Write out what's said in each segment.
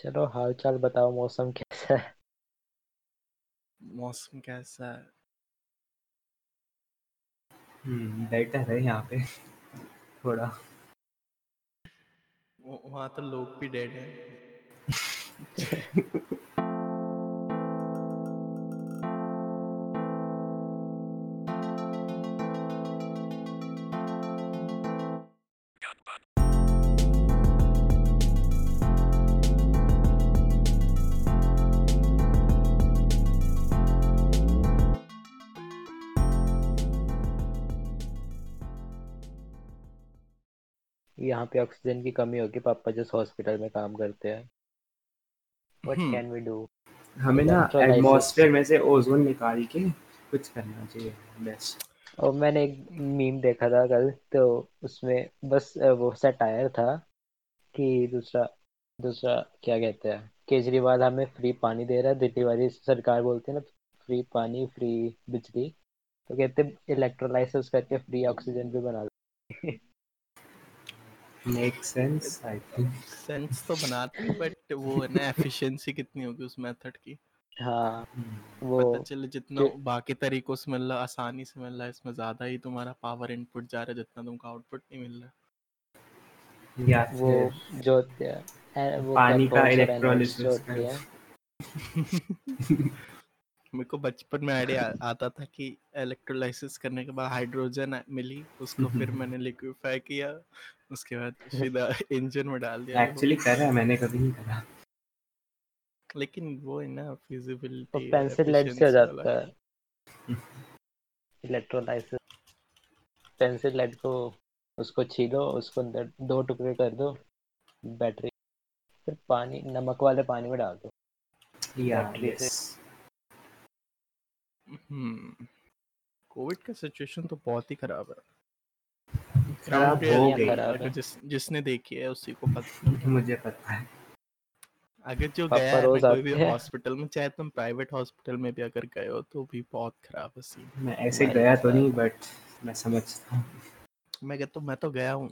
चलो हाल चाल बताओ मौसम कैसा है मौसम कैसा है हम्म बेटर है यहाँ पे थोड़ा वो- वहाँ तो लोग भी डेड हैं यहाँ पे ऑक्सीजन की कमी होगी पापा जिस हॉस्पिटल में काम करते हैं what hmm. Can we do हमें ना Electrolysis. एटमॉस्फेयर में से ओजोन निकाल के कुछ करना चाहिए बेस्ट और मैंने एक मीम देखा था कल तो उसमें बस अ, वो सटायर था कि दूसरा दूसरा क्या कहते हैं केजरीवाल हमें फ्री पानी दे रहा है दिल्ली वाली सरकार बोलती है ना फ्री पानी फ्री बिजली तो कहते इलेक्ट्रोलाइसिस करके फ्री ऑक्सीजन भी बना दो make sense I think sense तो बनाती है बट वो है ना एफिशिएंसी कितनी होगी उस मेथड की हाँ Hmm। वो पता चले जितना के- बाकी तरीकों से मिल रहा आसानी से मिल रहा है इसमें ज्यादा ही तुम्हारा पावर इनपुट जा रहा है जितना तुमको आउटपुट नहीं मिल रहा या वो फिर जो होती है, ए, वो पानी क्या का कौन सा electrolysis energy होती है? मेरे को बचपन में आइडिया आता था कि इलेक्ट्रोलाइसिस करने के बाद हाइड्रोजन मिली उसको फिर मैंने लिक्विफाई किया उसके बाद सीधा इंजन में डाल दिया एक्चुअली करा है मैंने कभी नहीं करा लेकिन वो है ना फिजिबिलिटी तो पेंसिल लेड से हो जाता है इलेक्ट्रोलाइसिस पेंसिल लेड को उसको छीलो उसको अंदर दो टुकड़े कर दो बैटरी फिर पानी नमक वाले पानी में डाल दो या Exactly. कोविड हम्म। का सिचुएशन तो बहुत ही खराब है खराब Ground हो दुनिया reality गई खराब अगर है। जिस जिसने देखी है उसी को पता मुझे पता है अगर जो पापा गया है ना रोज कोई भी आते हैं। हॉस्पिटल में चाहे तुम प्राइवेट हॉस्पिटल में भी अगर गए हो तो भी बहुत खराब है सीन मैं ऐसे मैं- गया तो नहीं बट मैं समझता हूँ मैं कहता हूँ मैं तो गया हूँ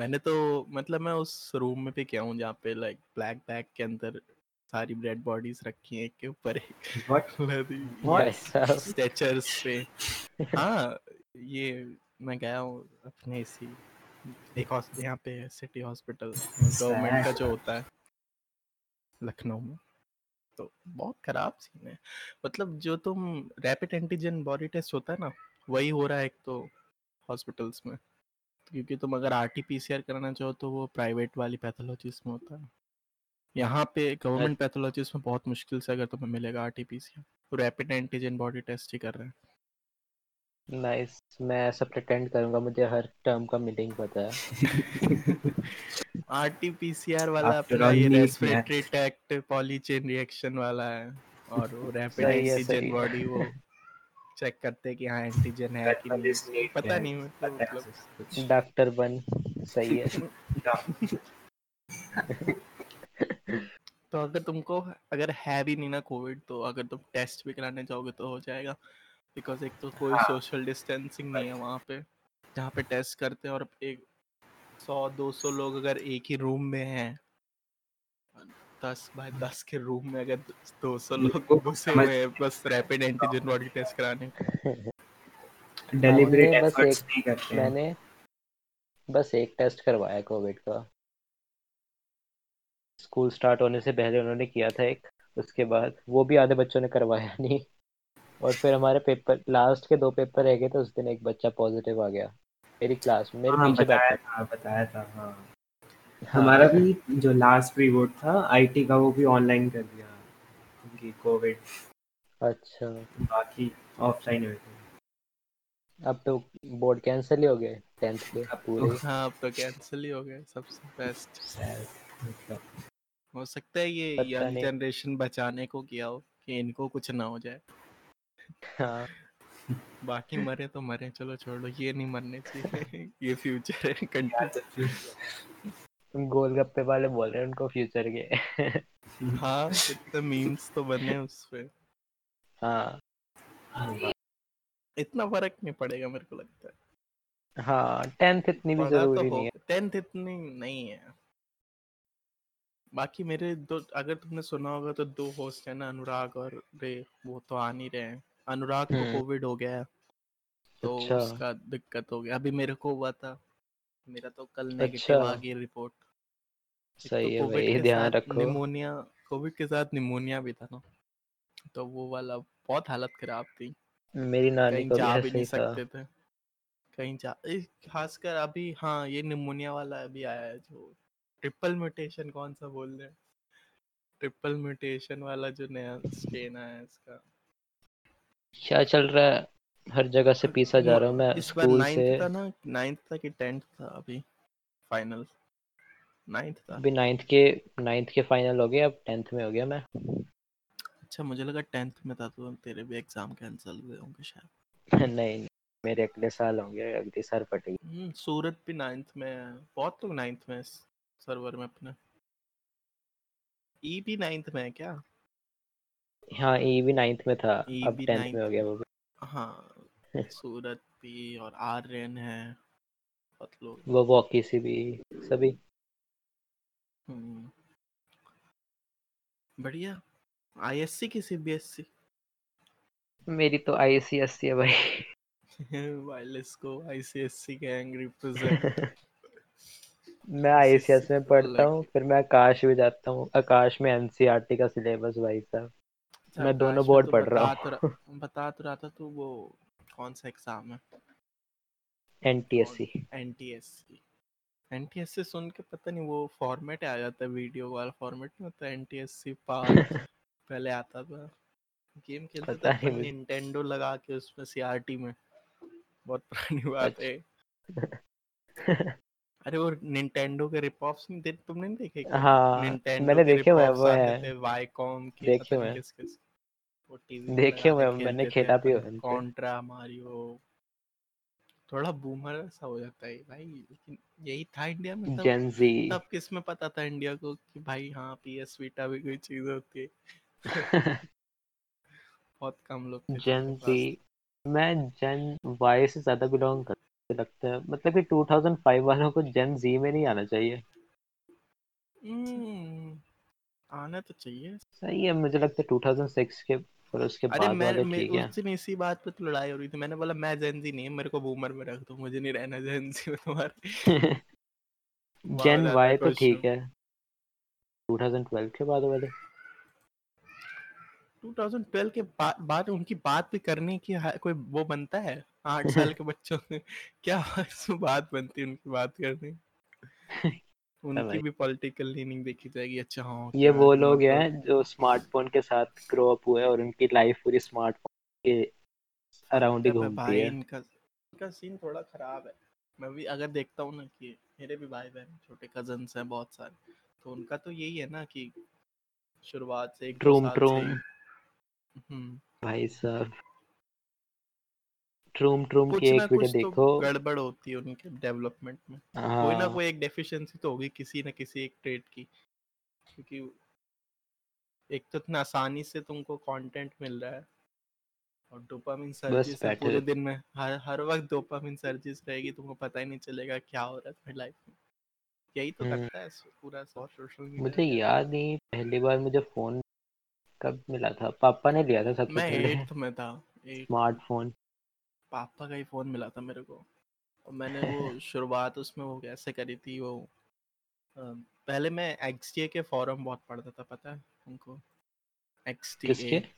मैंने तो मतलब मैं उस रूम में भी गया हूँ जहाँ पे लाइक ब्लैक बैग के अंदर सारी ब्रेड बॉडीज रखी हैं एक के ऊपर एक बट लदी What? भाई साहब, स्ट्रेचर्स पे हाँ ये मैं गया हूँ अपने इसी एक हॉस्पिटल यहाँ पे सिटी हॉस्पिटल गवर्नमेंट का जो होता है लखनऊ में तो बहुत खराब सीन है मतलब जो तुम रैपिड एंटीजन बॉडी टेस्ट होता है ना वही हो रहा है एक तो हॉस्पिटल्स में क्योंकि तुम अगर R T P C R कराना चाहो तो वो प्राइवेट वाली पैथोलॉजीज में होता है यहाँ पे गवर्नमेंट पैथोलॉजीज में बहुत मुश्किल से अगर तुम्हें मिलेगा R T P C R rapid antigen body test ही कर रहे हैं नाइस मैं ऐसा pretend करूंगा मुझे हर टर्म का मीटिंग पता है आरटीपीसीआर वाला After अपना all, ये need respiratory tract poly chain reaction वाला है और वो रैपिड सही है, सही एंटीजन है। बॉडी वो चेक करते हैं कि हाँ एंटीजन है कि नहीं पता नहीं मतलब मतलब डॉक्टर बन सही है तो अगर तुमको अगर है भी नहीं ना कोविड तो अगर तुम टेस्ट भी कराने जाओगे तो हो जाएगा बिकॉज एक तो कोई हाँ। सोशल डिस्टेंसिंग नहीं है वहाँ पे जहाँ पे टेस्ट करते हैं और एक सौ दो सौ लोग अगर एक ही रूम में हैं दस बाय दस के रूम में अगर दो सौ लोगों लोग को घुसे समझ- हुए हैं बस रैपिड एंटीजन बॉडी टेस्ट कराने को। डेलिबरेट हमने बस एफर्ट्स एक- नहीं करते हैं मैंने बस एक टेस्ट करवाया कोविड का स्कूल स्टार्ट होने से पहले उन्होंने किया था एक उसके बाद वो भी आधे बच्चों ने करवाया नहीं और फिर हमारे पेपर लास्ट के दो पेपर रह गए थे उस दिन एक बच्चा पॉजिटिव आ गया मेरी क्लास में मेरे हाँ पीछे बताया बैठा था बताया था हाँ हाँ, हमारा भी जो लास्ट रिवोट था आईटी का वो भी ऑनलाइन कर दिया क्योंकि कोविड अच्छा बाकी ऑफलाइन हुए थे अब तो बोर्ड कैंसिल ही हो गए टेंथ के अब तो- पूरे हाँ अब तो कैंसिल ही हो गए सबसे बेस्ट शायद मतलब हो सकता है ये पता यंग नहीं। जनरेशन बचाने को किया हो कि इनको कुछ ना हो जाए हाँ बाकी मरे तो मरे चलो छोड़ो ये नहीं मरने चाहिए ये फ्यूचर है या कंट्री तो फिर गोलगप्पे वाले बोल रहे हैं उनको फ्यूचर के हाँ कितने मीम्स तो बने उस पे हाँ इतना फर्क नहीं पड़ेगा मेरे को लगता है हाँ टेंथ इतनी भी पढ़ा जरूरी तो नहीं हो है टेंथ इतनी नहीं है बाकी मेरे दो अगर तुमने सुना होगा तो दो होस्ट है ना अनुराग और रे वो तो आ नहीं रहे हैं अनुराग को हम्म। कोविड हो गया है तो अच्छा। उसका दिक्कत हो गया अभी मेरे को हुआ था मेरा तो कल नेगेटिव अच्छा। आ गई रिपोर्ट तो तो सही है भाई ध्यान रखो निमोनिया कोविड के साथ निमोनिया भी था ना तो वो वाला बहुत हालत खराब थी मेरी नानी कहीं को तो भी जा भी ऐसे नहीं ही था सकते थे कहीं जा ए, खासकर अभी हाँ ये निमोनिया वाला अभी आया है जो ट्रिपल म्यूटेशन कौन सा बोल रहे हैं ट्रिपल म्यूटेशन वाला जो नया स्ट्रेन आया है इसका हाँ, क्या चल रहा है हर जगह से पीसा जा रहा हूँ मैं इस बार स्कूल से नाइन्थ था ना नाइन्थ था कि टेंथ था अभी फाइनल नाइन्थ था अभी नाइन्थ के नाइन्थ के फाइनल हो गए अब टेंथ में हो गया मैं अच्छा मुझे लगा टेंथ में था तो तेरे भी एग्जाम कैंसिल हुए होंगे शायद नहीं नहीं, मेरे अगले साल होंगे अगले साल फटेगी हम्म, सूरत भी नाइन्थ में है बहुत लोग नाइन्थ में सर्वर में अपने ई भी नाइन्थ में है क्या हाँ ई भी नाइन्थ में था E अब भी टेंथ में हो ninth गया वो भी। हाँ सूरत भी और आर्यन है बहुत लोग वो वॉकी से भी सभी हम्म, बढ़िया आईएससी की सीबीएसई मेरी तो आई सी एस सी है भाई वाइल इसको आईसीएससी गैंग रिप्रेजेंट मैं आई सी एस ICSE में तो पढ़ता अलग हूँ फिर मैं आकाश भी जाता हूँ आकाश में एन सी आर टी का सिलेबस भाई साहब मैं दोनों board पढ़ रहा हूँ बता तो रहा था तो वो कौन सा एग्जाम है N T S C NTSC NTSC सुन के पता नहीं वो फॉर्मेट आ जाता है वीडियो वाला फॉर्मेट में तो एनटीएससी पार पहले आता था गेम खेलते पता थे नहीं मुझे। निंटेंडो लगा के उसमें सीआरटी में बहुत पुरानी बात है अच्छा। अरे वो निंटेंडो के रिप नहीं देख तुमने नहीं देखे क्या हाँ निंटेंडो मैंने के देखे हुए हैं, rip-offs वो आते है थे वाईकॉम के देखे पता हुए नहीं हैं। किस किस वो टीवी देखे हुए हैं, मैंने खेला भी हुआ है इनको। कॉन्ट्रा मारियो थोड़ा बूमर सा हो जाता है भाई लेकिन यही था इंडिया में तब जेंजी तब किस में पता था इंडिया को कि भाई हाँ पीएस वीटा भी कोई चीज होती है बहुत कम लोग थे जेन जिनके जी मैं जेन वाई से ज्यादा बिलोंग करते लगता है मतलब कि 2005 वालों को जेन जी में नहीं आना चाहिए पास- हम्म, आना तो चाहिए सही है मुझे लगता है 2006 के और उसके अरे बाद मैं वाले मैं ठीक उस है दिन इसी बात पे तो लड़ाई हो रही थी मैंने बोला मैं जेंजी नहीं हूं, मेरे को बूमर में रख दो मुझे नहीं रहना जेंजी में तुम्हारे बहुत जेन ज्यादा वाई तो question। ठीक है 2012 के बाद वाले 2012 के बाद बाद उनकी बात भी करने की हा- कोई वो बनता है आठ साल के बच्चों में क्या इसमें बात बनती है उनकी बात करने की? उनकी भाई। भी पॉलिटिकल लीनिंग देखी जाएगी अच्छा हाँ ये क्या वो तुम्हारे लोग पास- हैं जो स्मार्टफोन के साथ ग्रो अप हुए और उनकी लाइफ पूरी स्मार्टफोन के अराउंड ही अबे घूमती भाई है इनका इनका सीन थोड़ा खराब है मैं भी अगर देखता हूँ ना कि मेरे भी भाई बहन छोटे कजन्स हैं बहुत सारे तो उनका तो यही है ना कि शुरुआत से एक दो ट्रूम साल से ट्रूम ही- हम्म, भाई साहब ट्रूम ट्रूम कुछ की ना एक वीडियो कुछ देखो तो गड़बड़ होती है उनके डेवलपमेंट में कोई ना हाँ कोई एक डेफिशिएंसी तो होगी किसी ना किसी एक ट्रेड की क्योंकि एक तो इतना आसानी से तुमको कंटेंट मिल रहा है और डोपामिन सर्जिस है बैठे पूरे रहते। दिन में हर हर वक्त डोपामिन सर्जिस रहेगी तुमको पता ही नहीं चलेगा क्या हो रहा है तुम्हारी लाइफ में यही तो हम्म। करता है सो- पूरा सोशल मीडिया मुझे याद नहीं पहली बार मुझे फोन कब मिला था पापा ने लिया था सबसे मैं पहले एट्थ में था एट स्मार्टफोन पापा का ही फ़ोन मिला था मेरे को और मैंने वो शुरुआत उसमें वो कैसे करी थी वो अ, पहले मैं एक्स के फॉरम बहुत पढ़ता था पता है उनको एक्स टी किसके A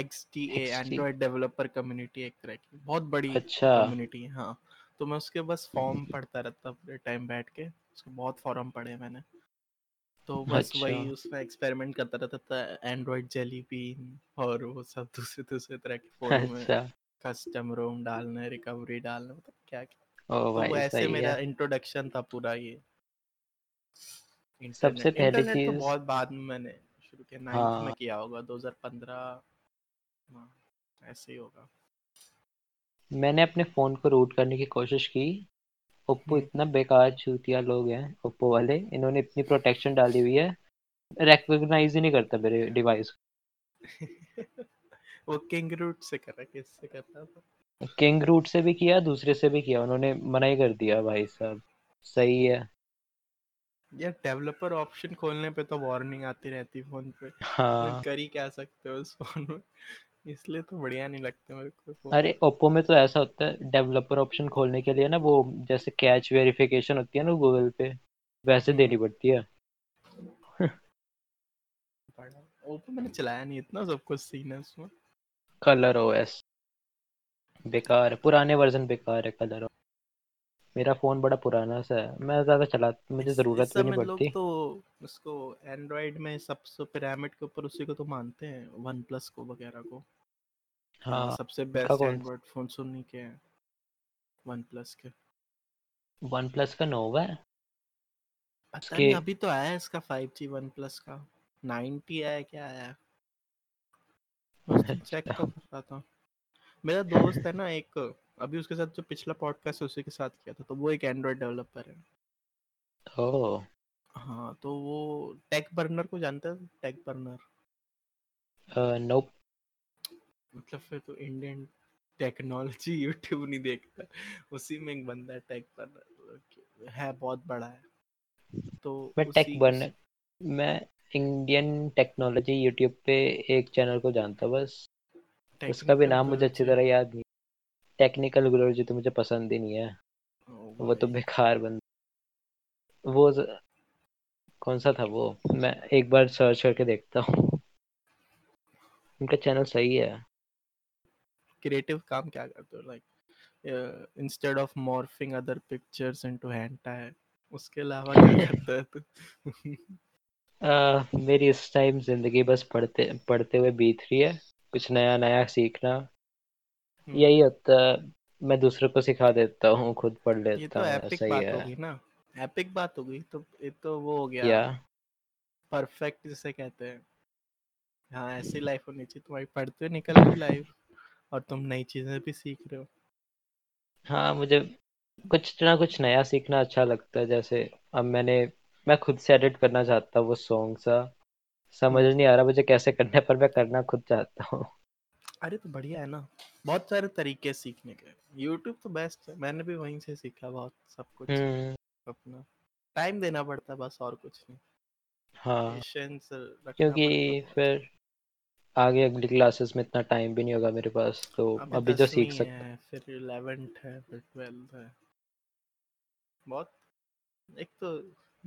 X T A XDA Android developer community एक तरह की बहुत बड़ी अच्छा कम्युनिटी है हाँ तो मैं उसके बस फॉर्म पढ़ता रहता पूरे टाइम बैठ के उसके बहुत फॉर्म पढ़े मैंने तो बस अच्छा। वही उसमें एक्सपेरिमेंट करता रहता था एंड्रॉयड जेली बीन और वो सब दूसरे दूसरे तरह के फोरम में अच्छा कस्टम रूम डालना है रिकवरी डालना है, मतलब क्या क्या ओ तो वो भाई ऐसे सही मेरा है इंट्रोडक्शन था पूरा ये सबसे इंटरनेट पहली इंटरनेट तो चीज बहुत बाद में मैंने शुरू किया नाइन्थ में हाँ। किया होगा 2015 हाँ, ऐसे ही होगा मैंने अपने फोन को रूट करने की कोशिश की ओप्पो हम्म। इतना बेकार चूतिया लोग हैं ओप्पो वाले इन्होंने इतनी प्रोटेक्शन डाली हुई है रिकॉग्नाइज ही नहीं करता मेरे डिवाइस वो किंग रूट से करा किससे करता था को किंग रूट से भी किया दूसरे से भी किया उन्होंने मना ही कर दिया भाई साहब सही है यार डेवलपर ऑप्शन खोलने पे तो वार्निंग आती रहती फोन पे हाँ कर ही क्या सकते हो उस फोन में इसलिए तो बढ़िया नहीं लगते मेरे को फोन अरे ओप्पो में तो ऐसा होता है डेवलपर ऑप्शन खोलने के लिए ना वो जैसे कैच वेरिफिकेशन होती है ना गूगल पे वैसे देनी पड़ती है पड़ा ओप्पो मैंने चलाया नहीं इतना सब कुछ सीन है उसमें कलर ओएस बेकार है पुराने वर्जन बेकार है कलर OS मेरा फोन बड़ा पुराना सा है मैं ज्यादा चला मुझे इस- जरूरत इस भी नहीं समय लोग पड़ती तो उसको एंड्रॉइड में सबसे पिरामिड के ऊपर उसी को तो मानते हैं वन प्लस को वगैरह को तो हाँ सबसे का बेस्ट कौन- एंड्रॉइड फोन सुनने के हैं वन प्लस के वन प्लस का नोवा है पता उसके- नहीं अभी तो आया है इसका 5G वन प्लस का 90 आया है, क्या आया है? उस दिन अच्छा। चेक तो कर रहा था मेरा दोस्त है ना एक अभी उसके साथ जो पिछला पॉडकास्ट उसी के साथ किया था तो वो एक एंड्रॉइड डेवलपर है ओह हाँ तो वो टेक बर्नर को जानता है टेक बर्नर नोप मतलब फिर तो इंडियन टेक्नोलॉजी यूट्यूब नहीं देखता उसी में एक बंदा है टेक बर्नर है बहुत बड़ा है तो मैं उसी- टेक बर्नर मैं इंडियन टेक्नोलॉजी यूट्यूब पे एक चैनल को जानता हूँ बस उसका भी technical नाम मुझे अच्छी technology- तरह याद नहीं टेक्निकल ग्लोजी तो मुझे पसंद ही नहीं है ओ वो तो भाई। बेकार बंदा वो ज... कौन सा था वो मैं एक बार सर्च करके देखता हूँ उनका चैनल सही है creative काम क्या करते हो like instead of morphing other pictures into hentai उसके अलावा क्या करता है तू आ, मेरी इस टाइम जिंदगी बस पढ़ते पढ़ते हुए बीत रही है कुछ नया नया सीखना हम्म। यही होता है मैं दूसरों को सिखा देता हूँ खुद पढ़ ये लेता तो हूँ एपिक ऐसा ही बात हाँ, है हो गई ना एपिक बात हो गई तो ये तो वो हो या गया परफेक्ट जिसे कहते हैं हाँ ऐसी लाइफ होनी चाहिए तुम्हारी पढ़ते हुए निकल रही लाइफ और तुम नई चीजें भी सीख रहे हो हाँ मुझे कुछ ना कुछ नया सीखना अच्छा लगता है जैसे अब मैंने मैं खुद से एडिट करना चाहता हूँ वो सॉन्ग सा समझ हम्म। नहीं आ रहा मुझे कैसे करना है पर मैं करना खुद चाहता हूँ अरे तो बढ़िया है ना बहुत सारे तरीके हैं सीखने के YouTube तो बेस्ट है मैंने भी वहीं से सीखा बहुत सब कुछ हम्म अपना टाइम देना पड़ता है बस और कुछ नहीं हाँ पेशेंस रखना क्योंकि पड़ता है। फिर आगे अगली क्लासेस में इतना टाइम भी नहीं होगा मेरे पास तो अभी अभी जो सीख दसवीं सकता है फिर 11th है फिर 12th है बहुत एक तो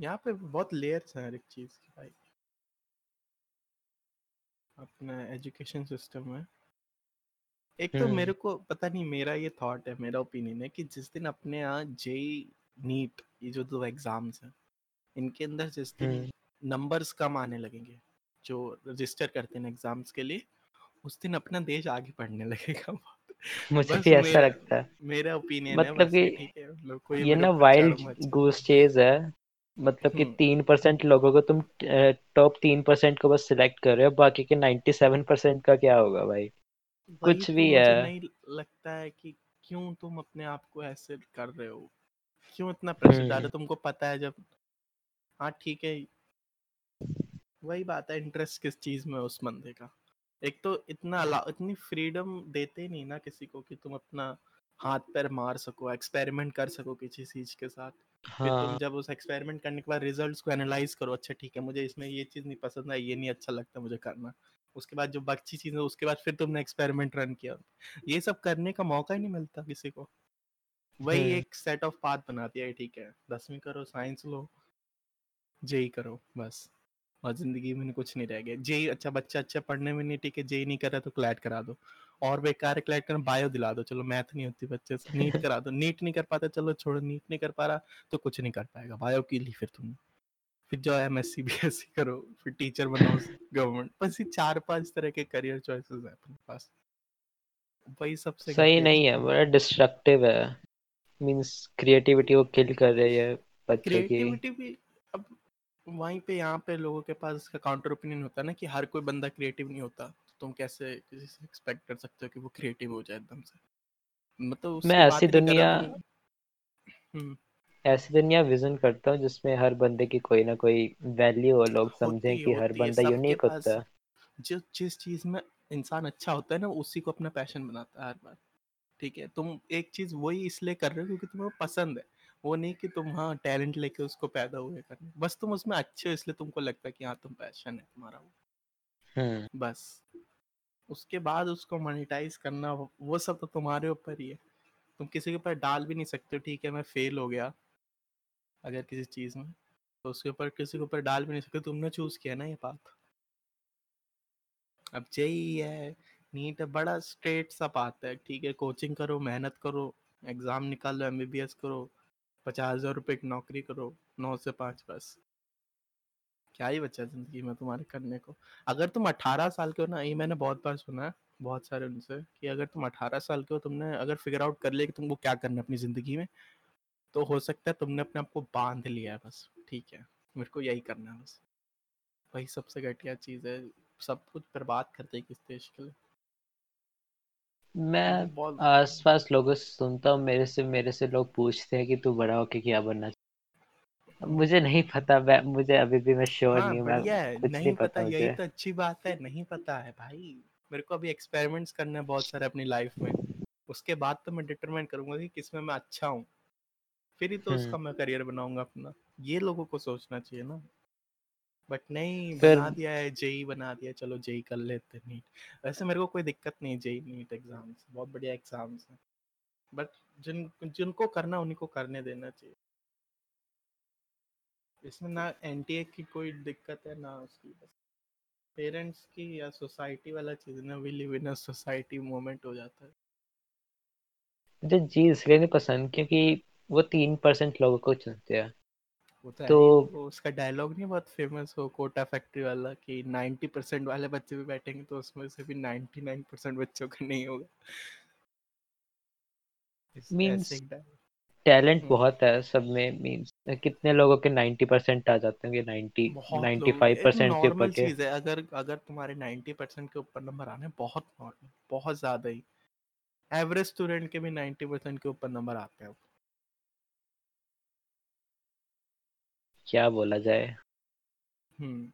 यहाँ पे बहुत लेयर्स हैं हर एक चीज की भाई अपना एजुकेशन सिस्टम में एक तो हम्म। मेरे को पता नहीं मेरा ये थॉट है मेरा ओपिनियन है कि जिस दिन अपने यहाँ जेई नीट ये जो दो एग्जाम्स हैं इनके अंदर जिस दिन हम्म। नंबर्स कम आने लगेंगे जो रजिस्टर करते हैं एग्जाम्स के लिए उस दिन अपना देश आगे बढ़ने लगेगा मुझे बस भी ऐसा मेरा- लगता है मेरा ओपिनियन है मतलब बस ये कि ठीक है लोग कोई मतलब ये मेरे ना ऊपर वाइल्ड चढ़ो मत। गूस चेज है मतलब कि हम्म। तीन परसेंट लोगों को तुम टॉप तीन परसेंट को बस सिलेक्ट कर रहे हो बाकी के नाइन्टी सेवन परसेंट का क्या होगा भाई वही कुछ तो भी मुझे है। नहीं लगता है कि क्यों तुम अपने आप को ऐसे कर रहे हो क्यों इतना प्रेशर डाल रहे हो? हम्म। तुमको पता है जब हाँ ठीक है वही बात है इंटरेस्ट किस चीज में है उस बंदे का एक तो इतना अला- इतनी फ्रीडम देते नहीं ना किसी को कि तुम अपना हाथ पैर मार सको एक्सपेरिमेंट कर सको किसी चीज के साथ फिर तुम हाँ जब उस एक्सपेरिमेंट करने के बाद रिजल्ट्स को एनालाइज करो अच्छा ठीक है मुझे इसमें ये चीज़ नहीं पसंद आई ये नहीं अच्छा लगता मुझे करना उसके बाद जो बची चीज़ें उसके बाद फिर तुमने एक्सपेरिमेंट रन किया ये सब करने का मौका ही नहीं मिलता किसी को वही हम्म। एक सेट ऑफ पाथ बनाती है ठीक है दसवीं करो साइंस लो जेई करो बस और जिंदगी में कुछ नहीं रह गया जेई अच्छा बच्चा अच्छा पढ़ने में नहीं ठीक है जेई नहीं कर रहा तो क्लैट करा दो और बेकार क्लैट कर बायो दिला दो चलो मैथ नहीं होती बच्चे से नीट करा दो नीट नहीं कर पाता चलो छोड़ो नीट नहीं कर पा रहा तो कुछ नहीं कर पाएगा बायो की ली फिर तुमने फिर जो M S C B S C करो फिर टीचर बनो गवर्नमेंट बस ये चार पांच तरह के करियर चॉइसेस हैं अपने पास वही सबसे सही नहीं है बड़ा डिस्ट्रक्टिव है मींस क्रिएटिविटी को किल कर रही है बच्चों की क्रिएटिविटी भी अब वहीं पे यहाँ पे लोगों के पास इसका काउंटर ओपिनियन होता है ना कि हर कोई बंदा क्रिएटिव नहीं होता तो तुम कैसे किसी से एक्सपेक्ट कर सकते हो कि वो क्रिएटिव हो जाए एकदम से मतलब उससे मैं बात ऐसी ही नहीं कर रहा दुनिया- तुम हम्म, ऐसी दुनिया विजन करता हूँ जिसमें हर बंदे की कोई ना कोई वैल्यू हो लोग समझें होती कि हर होती है बंदा सबके यूनिक होता पास है जो जिस चीज में इंसान अच्छा होता है ना उसी को अपना पैशन बनाता है हर बार ठीक है तुम एक चीज वही इसलिए कर रहे हो क्योंकि तुम्हें वो पसंद है वो नहीं कि तुम हाँ टैलेंट लेके उसको पैदा हुए करने बस तुम उसमें अच्छे हो इसलिए तुमको लगता है कि हाँ तुम पैशन है तुम्हारा वो हम्म बस उसके बाद उसको मोनेटाइज करना वो- वो सब तो तुम्हारे ऊपर ही है तुम किसी के ऊपर डाल भी नहीं सकते हो, ठीक है मैं फेल हो गया अगर किसी चीज़ में तो उसके ऊपर किसी के ऊपर डाल भी नहीं सकते तुमने चूज़ किया ना ये पाथ अब जेई है नीट है बड़ा स्ट्रेट सा पाथ है ठीक है कोचिंग करो मेहनत करो एग्ज़ाम निकालो एम करो पचास हज़ार रुपये की नौकरी करो नौ से पाँच बस क्या ही बचा ज़िंदगी में तुम्हारे करने को अगर तुम 18 साल के हो ना ये मैंने बहुत बार सुना है बहुत सारे उनसे कि अगर तुम 18 साल के हो तुमने अगर फिगर आउट कर लिया कि तुमको क्या करना है अपनी ज़िंदगी में तो हो सकता है तुमने अपने आप को बांध लिया है बस ठीक है मेरे को यही करना है बस वही सबसे घटिया चीज़ है सब कुछ बर्बाद कर देगी इस देश के लिए मैं बहुत आसपास लोगों से सुनता हूँ मेरे से मेरे से लोग पूछते हैं कि तू बड़ा होके क्या बनना चाहता है? मुझे नहीं पता मैं मुझे अभी भी मैं श्योर हाँ नहीं हूँ मैं बढ़िया है कुछ नहीं नहीं पता पता यही मुझे तो अच्छी बात है नहीं पता है भाई मेरे को अभी एक्सपेरिमेंट्स करने हैं बहुत सारे अपनी लाइफ में उसके बाद तो मैं डिटरमाइन करूंगा कि किस में मैं अच्छा हूँ फिर ही तो उसका हम्म। मैं करियर बनाऊंगा अपना ये लोगों को सोचना चाहिए ना बट नहीं फिर- बना दिया है जेई बना दिया चलो जेई कर लेते हैं नीट वैसे मेरे को कोई दिक्कत नहीं जेई नीट एग्जाम्स बहुत बढ़िया एग्जाम्स हैं बट जिन जिनको करना उन्हीं को करने देना चाहिए इसमें ना एन की कोई दिक्कत है ना उसकी बस पेरेंट्स की या सोसाइटी वाला चीज़ है ना we live in society moment हो जाता है मुझे जी इसलिए नहीं पसंद क्योंकि वो तीन परसेंट लोगों को चुनते हैं वो तो, है तो- ही, वो उसका डायलॉग नहीं बहुत फेमस हो कोटा फैक्ट्री वाला कि 90% परसेंट वाले बच्चे भी बैठेंगे तो उसमें से भी 99% नाइन परसेंट बच्चों का नहीं होगा इस- Means- ऐसे एक dialogue। टैलेंट हम्म। बहुत है सब में मीन्स कितने लोगों के नाइन्टी परसेंट आ जाते होंगे नाइन्टी बहुत नाइन्टी फाइव परसेंट के ऊपर नॉर्मल के चीज है अगर अगर तुम्हारे 90% परसेंट के ऊपर नंबर आने बहुत नॉर्मल बहुत ज्यादा ही एवरेज स्टूडेंट के भी 90% परसेंट के ऊपर नंबर आते हैं क्या बोला जाए हम्म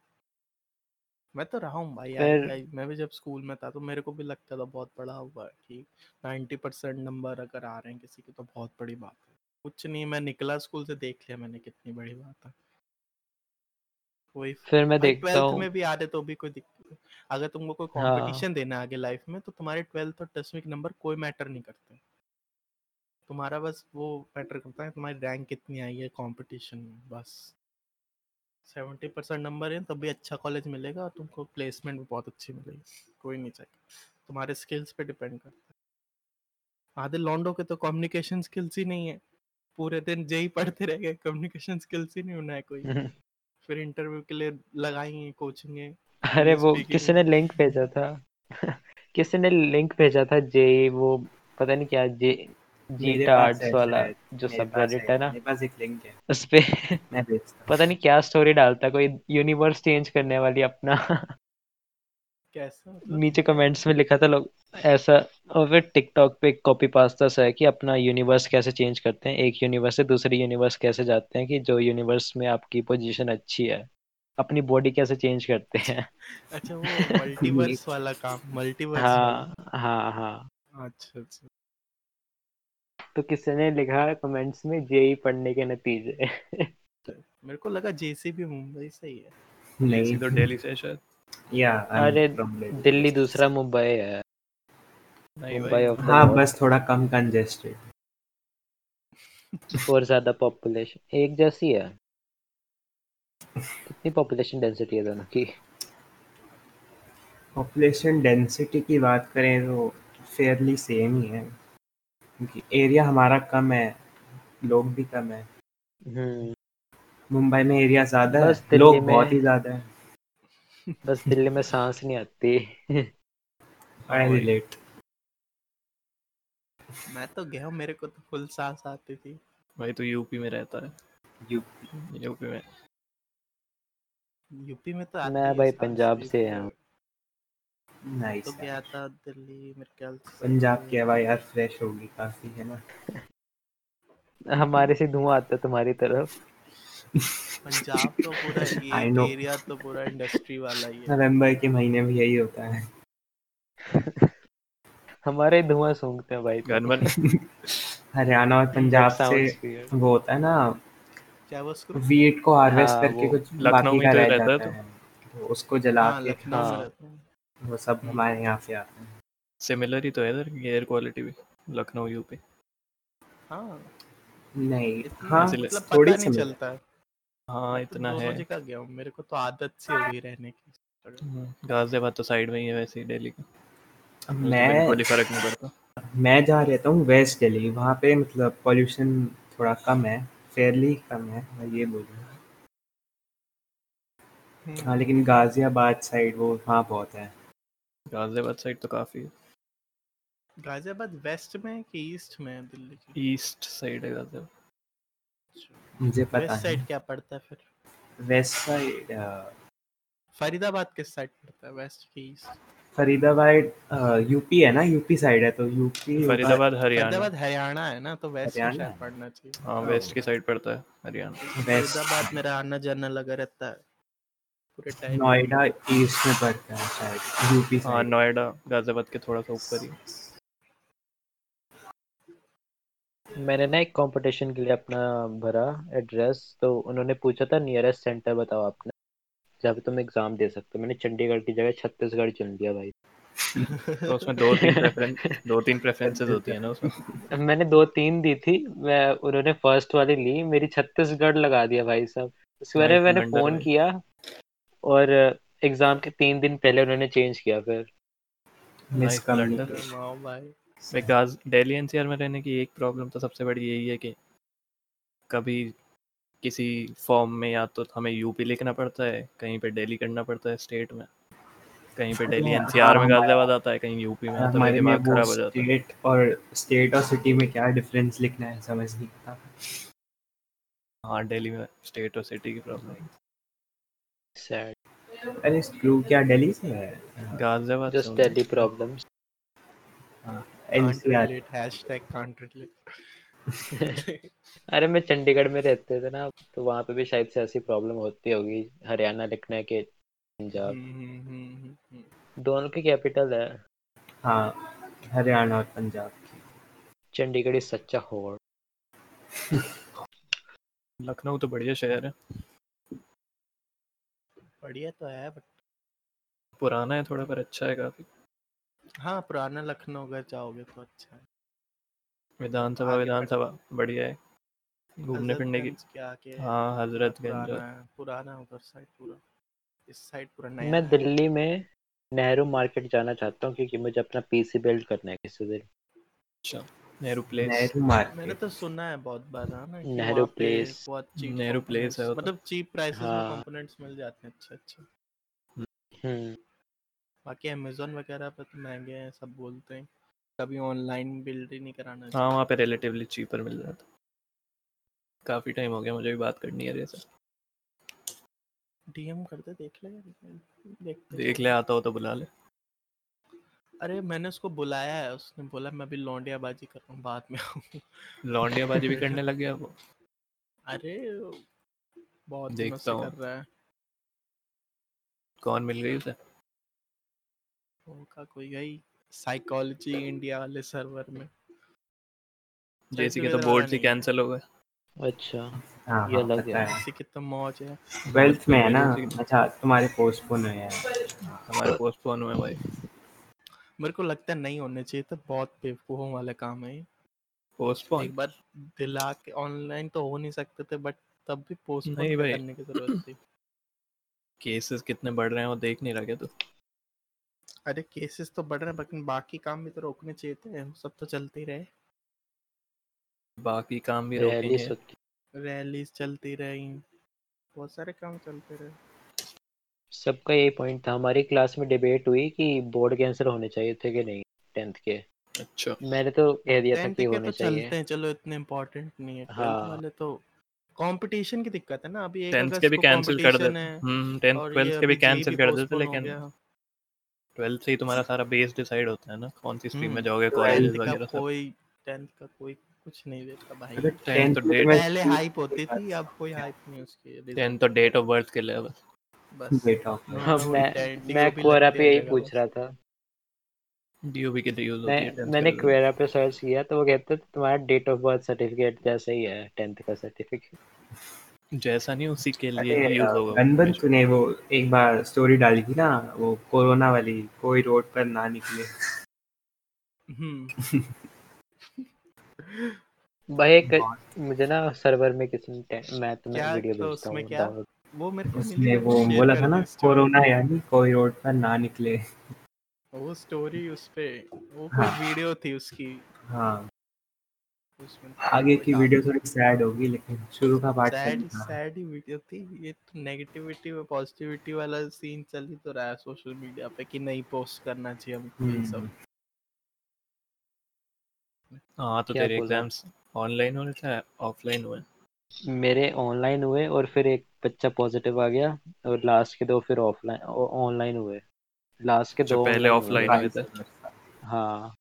मैं तो रहा हूँ भाई फिर- आई- आई- मैं भी जब स्कूल में था तो मेरे को भी लगता था बहुत बड़ा हुआ है कि 90% परसेंट नंबर अगर आ रहे हैं किसी के तो बहुत बड़ी बात है कुछ नहीं मैं निकला स्कूल से देख लिया मैंने कितनी बड़ी बात है कोई फिर मैं भाई देखता 12th हूँ में भी आ रहे तो भी कोई दिक्कत नहीं। अगर तुमको कोई कंपटीशन देना है आगे लाइफ में तो तुम्हारे ट्वेल्थ और 10वीं के नंबर कोई मैटर नहीं करते तुम्हारा बस वो मैटर करता है तुम्हारी रैंक कितनी आई है कंपटीशन में बस 70% परसेंट नंबर है तब भी अच्छा कॉलेज मिलेगा और तुमको प्लेसमेंट भी बहुत अच्छी मिलेगी कोई नहीं चाहिए तुम्हारे स्किल्स पे डिपेंड करता है आधे लॉन्डो के तो कम्युनिकेशन स्किल्स ही नहीं है पूरे दिन जेई पढ़ते रह गए कम्युनिकेशन स्किल्स ही नहीं होना है कोई फिर इंटरव्यू के लिए लगाई कोचिंग अरे वो speaking- किसी ने लिंक भेजा था किसी ने लिंक भेजा था जे वो पता नहीं क्या जे जी मेरे पास टार्ट्स है वाला शायद, जो मेरे पास सबरेडिट है ना मेरे पास एक लिंक है उस पे मैं भेजता हूँ। पता नहीं क्या स्टोरी डालता है, कोई यूनिवर्स चेंज करने वाली अपना कैसे मतलब नीचे कमेंट्स में लिखा था लोग ऐसा और फिर टिकटॉक पे कॉपी पास्ता सा है कि अपना यूनिवर्स कैसे चेंज करते हैं एक यूनिवर्स से दूसरे यूनिवर्स कैसे जाते हैं कि जो यूनिवर्स में आपकी पोजीशन अच्छी है अपनी बॉडी कैसे चेंज करते हैं अच्छा वो मल्टीवर्स वाला काम मल्टीवर्स हाँ हाँ हाँ वाला अच्छा अच्छा तो किसी ने लिखा है कमेंट्स में जेई पढ़ने के नतीजे मेरे को लगा जेसी भी मुंबई से ही है नहीं तो दिल्ली से शायद या अरे, अरे दिल्ली दूसरा मुंबई है नहीं मुंबई भाई ऑफ द हाँ नॉर्थ बस थोड़ा कम कंजेस्टेड और ज्यादा पॉपुलेशन एक जैसी है कितनी पॉपुलेशन डेंसिटी है दोनों की पॉपुलेशन डेंसिटी की बात करें तो फेयरली सेम ही है क्योंकि एरिया हमारा कम है लोग भी कम है हम्म मुंबई में एरिया ज्यादा बस है दिल्ली लोग में- बहुत ही ज्यादा है बस दिल्ली में सांस नहीं आती आई वही। रिलेट मैं तो गया हूँ, मेरे को तो फुल सांस आती थी भाई तो यूपी में रहता यू है यूपी में यूपी में तो आती मैं है भाई सांस, पंजाब यूपी से में हूँ। तो नाइस गया था दिल्ली मेरे ख्याल से पंजाब की हवा यार फ्रेश होगी काफी है ना हमारे से धुआं आता है तुम्हारी तरफ पंजाब तो पूरा I ये know. एरिया तो पूरा इंडस्ट्री वाला ही है नवंबर के महीने में यही होता है हमारे धुआं सूंघते हैं भाई गनमन हरियाणा और पंजाब That से sounds weird. वो होता है ना क्या वो स्क्रू वीट को हार्वेस्ट हाँ, करके वो कुछ लखनऊ बाकी में का तो रह रहता है जाता है तो उसको जला हाँ के लखनऊ में हाँ। रहता है वो सब हमारे यहाँ से आता है सिमिलर ही तो है इधर एयर क्वालिटी भी लखनऊ यूपी हाँ नहीं इतना हाँ मतलब मतलब थोड़ी पता नहीं सी चलता है हाँ इतना है मुझे का गया हूँ मेरे को तो आदत सी हो गई रहने की हम्म, गाजियाबाद तो साइड में ही है वैसे ही दिल्ली का मैं कोई फर्क नहीं पड़ता मैं जहाँ रहता हूँ वेस्ट दिल्ली वहाँ पे मतलब पॉल्यूशन थोड़ा कम है फेयरली कम है मैं ये बोलूँगा हाँ लेकिन गाजियाबाद साइड वो वहाँ बहुत है गाजियाबाद साइड तो काफी है गाजियाबाद वेस्ट में कि ईस्ट में है दिल्ली की ईस्ट साइड है गाजियाबाद मुझे पता वेस्ट है साइड क्या पड़ता है फिर वेस्ट साइड अ, फरीदाबाद किस साइड पड़ता है वेस्ट की ईस्ट फरीदाबाद यूपी uh, है ना यूपी साइड है तो यूपी फरीदाबाद हरियाणा फरीदाबाद हरियाणा है ना तो वेस्ट में हरियाणा शायद है। पड़ना चाहिए हाँ वेस्ट की साइड पड़ता है हरियाणा वेस्ट फरीदाबाद मेरा आना जाना लगा रहता है पूरे टाइम नोएडा ईस्ट में पड़ता है शायद यूपी हाँ साइड नोएडा गाजियाबाद के थोड़ा सा ऊपर ही मैंने ना एक कंपटीशन के लिए अपना भरा एड्रेस तो उन्होंने पूछा था नियरेस्ट सेंटर बताओ आपने जहाँ पे तुम एग्जाम दे सकते हो मैंने चंडीगढ़ की जगह छत्तीसगढ़ चुन लिया भाई तो उसमें दो तीन प्रेफरेंस दो तीन प्रेफरेंसेस होती है ना उसमें मैंने दो तीन दी थी मैं उन्होंने फर्स्ट वाली ली मेरी छत्तीसगढ़ लगा दिया भाई साहब उसके बारे में Nice मैंने wonder, फोन भाई। किया और एग्जाम के तीन दिन पहले उन्होंने चेंज किया फिर nice मिसकम्युनिकेशन वाओ भाई भाई गाज दिल्ली एनसीआर में रहने की एक प्रॉब्लम तो सबसे बड़ी यही है कि कभी किसी फॉर्म में या तो हमें यूपी लिखना पड़ता है कहीं पे दिल्ली करना पड़ता है स्टेट में कहीं पे दिल्ली हाँ, एनसीआर में हमारा- गाजियाबाद आता है कहीं यूपी में आता है हाँ, तो हमारे में दिमाग वो खराब हो जाता है स्टेट और स्टेट और सिटी में क्या डिफरेंस लिखना है समझ नहीं आता हाँ दिल्ली में स्टेट और सिटी की प्रॉब्लम है सैड अरे स्क्रू क्या दिल्ली से हाँ, है गाजियाबाद जस्ट से Delhi problems can't NCR relate hashtag can't relate अरे मैं चंडीगढ़ में रहते थे ना तो वहाँ पे भी शायद से ऐसी प्रॉब्लम होती होगी हरियाणा लिखने के पंजाब हम्म, दोनों के कैपिटल है हाँ हरियाणा और पंजाब की चंडीगढ़ इज सच अ होर लखनऊ तो बढ़िया शहर है बढ़िया तो है बट पुराना है थोड़ा पर अच्छा है काफी हाँ पुराना लखनऊ अगर जाओगे तो अच्छा है विधानसभा आगे बढ़- विधानसभा बढ़िया है घूमने फिरने की हजरतगंज के आगे है, हाँ हजरतगंज पुराना है पुराना उधर साइड पूरा इस साइड पूरा नया मैं है। दिल्ली में नेहरू मार्केट जाना चाहता हूँ क्योंकि मुझे अपना पीसी बिल्ड करना है किसी दिन नेहरू प्लेस नेहरू मैंने मार्केट तो सुना है बहुत बार हाँ ना कि नेहरू वहाँ पे प्लेस। बहुत चीप नेहरू प्लेस है वो तो। मतलब चीप प्राइसेस में हाँ। कंपोनेंट्स मिल जाते हैं अच्छे अच्छे हम्म बाकी अमेजोन वगैरह पे तो महंगे हैं सब बोलते हैं कभी ऑनलाइन बिल्ड ही नहीं कराना हाँ वहाँ पे रिलेटिवली चीपर मिल जाता काफ़ी टाइम हो गया मुझे भी बात करनी है जैसे डीएम करते देख ले देखते हैं। देख ले आता हो तो बुला ले अरे मैंने उसको बुलाया है उसने बोला मैं अभी लौंडियाबाजी कर रहा हूँ बाद में आऊँ लौंडियाबाजी भी करने लग गया वो अरे बहुत दिनों देखता से हूँ। कर रहा है कौन मिल गई उसे उनका कोई गई साइकोलॉजी इंडिया वाले सर्वर में जेसी के की तो तरह बोर्ड वाला नहीं ही है। कैंसिल हो गए अच्छा हाँ ये हाँ अलग पता है। है किसी की तो मौज है ट्वेल्थ में है ना Emergency- अच्छा तुम्हारे पोस्टपोन हुए हैं हमारे पोस्टपोन हुए भाई मेरे को लगता है नहीं होने चाहिए तो बहुत बेवकूफों वाला काम है ये। पोस्टपोन एक बार दिला के ऑनलाइन तो हो नहीं सकते थे बट तब भी पोस्ट नहीं भाई। करने की जरूरत थी केसेस कितने बढ़ रहे हैं वो देख नहीं रखे तो अरे केसेस तो बढ़ रहे हैं लेकिन बाकी काम भी तो रोकने चाहिए थे वो सब तो चलते ही रहे बाकी काम भी रैली रोकेंगे सच- रैलीज चलती रही बहुत सारे काम चलते रहे सबका यही पॉइंट था हमारी क्लास में डिबेट हुई कि बोर्ड कैंसिल होने चाहिए थे कि नहीं टेंथ के अच्छा मैंने तो कह दिया था टेंथ कि के होने तो चाहिए चलते हैं चलो इतने इम्पोर्टेंट नहीं है हाँ। ट्वेल्थ वाले तो कंपटीशन की दिक्कत है ना अभी एक टेंथ अगस्त के भी को कैंसिल कर competition देते है हम्म टेंथ और ये ट्वेल्थ के भी अभी JEE कैंसिल कर देते postpone हो लेकिन गया। ट्वेल्थ से ही तुम्हारा सारा बेस डिसाइड होता है ना कौन सी स्ट्रीम में हम्म, जाओगे कॉलेज टेंथ वगैरह का सब कोई टेंथ का कोई कुछ नहीं देखता भाई अगर टेंथ तो टेंथ डेट- पहले हाइप होती थी अब कोई हाइप नहीं उसकी result टेंथ तो डेट ऑफ बर्थ के लिए बस बस बेटा हाँ, वो मैं identity मैं को भी कोरा लग पे यही जाएगा पूछ बस। रहा था डीओबी के लिए यूज होती है मैं 10th मैंने के लिए। क्वेरा पे सर्च किया तो वो कहते थे तुम्हारा डेट ऑफ बर्थ सर्टिफिकेट जैसा ही है टेंथ का सर्टिफिकेट जैसा नहीं उसी के लिए अरे यूज होगा अच्छा। अनबन तूने वो एक बार स्टोरी डाली थी ना वो कोरोना वाली कोई रोड पर ना निकले हम्म, भाई एक मुझे ना सर्वर में किसी ने टे- मैं तुम्हें क्या वीडियो तो भेजता उसमें हूँ क्या? download। वो मेरे को मिली उसने है, वो share बोला कर था ना दी story। कोरोना यानी कोई रोड पर ना निकले वो स्टोरी उस पे वो हाँ। वीडियो थी उसकी हाँ उसमें आगे की हाँ। वीडियो थोड़ी सैड होगी लेकिन शुरू का पार्ट सैड सैड ही वीडियो थी ये तो नेगेटिविटी और पॉजिटिविटी वाला सीन चल ही तो रहा है सोशल मीडिया पे कि नहीं पोस्ट करना चाहिए हमको हम्म, ये सब हाँ तो क्या तेरे बोला? एग्जाम्स ऑनलाइन हो रहे थे ऑफलाइन हुए मेरे ऑनलाइन हुए और फिर एक बच्चा पॉजिटिव आ गया और लास्ट के दो फिर ऑफलाइन ऑनलाइन हुए लास्ट के अच्छा, दो पहले online हुए। offline हुए थे। हाँ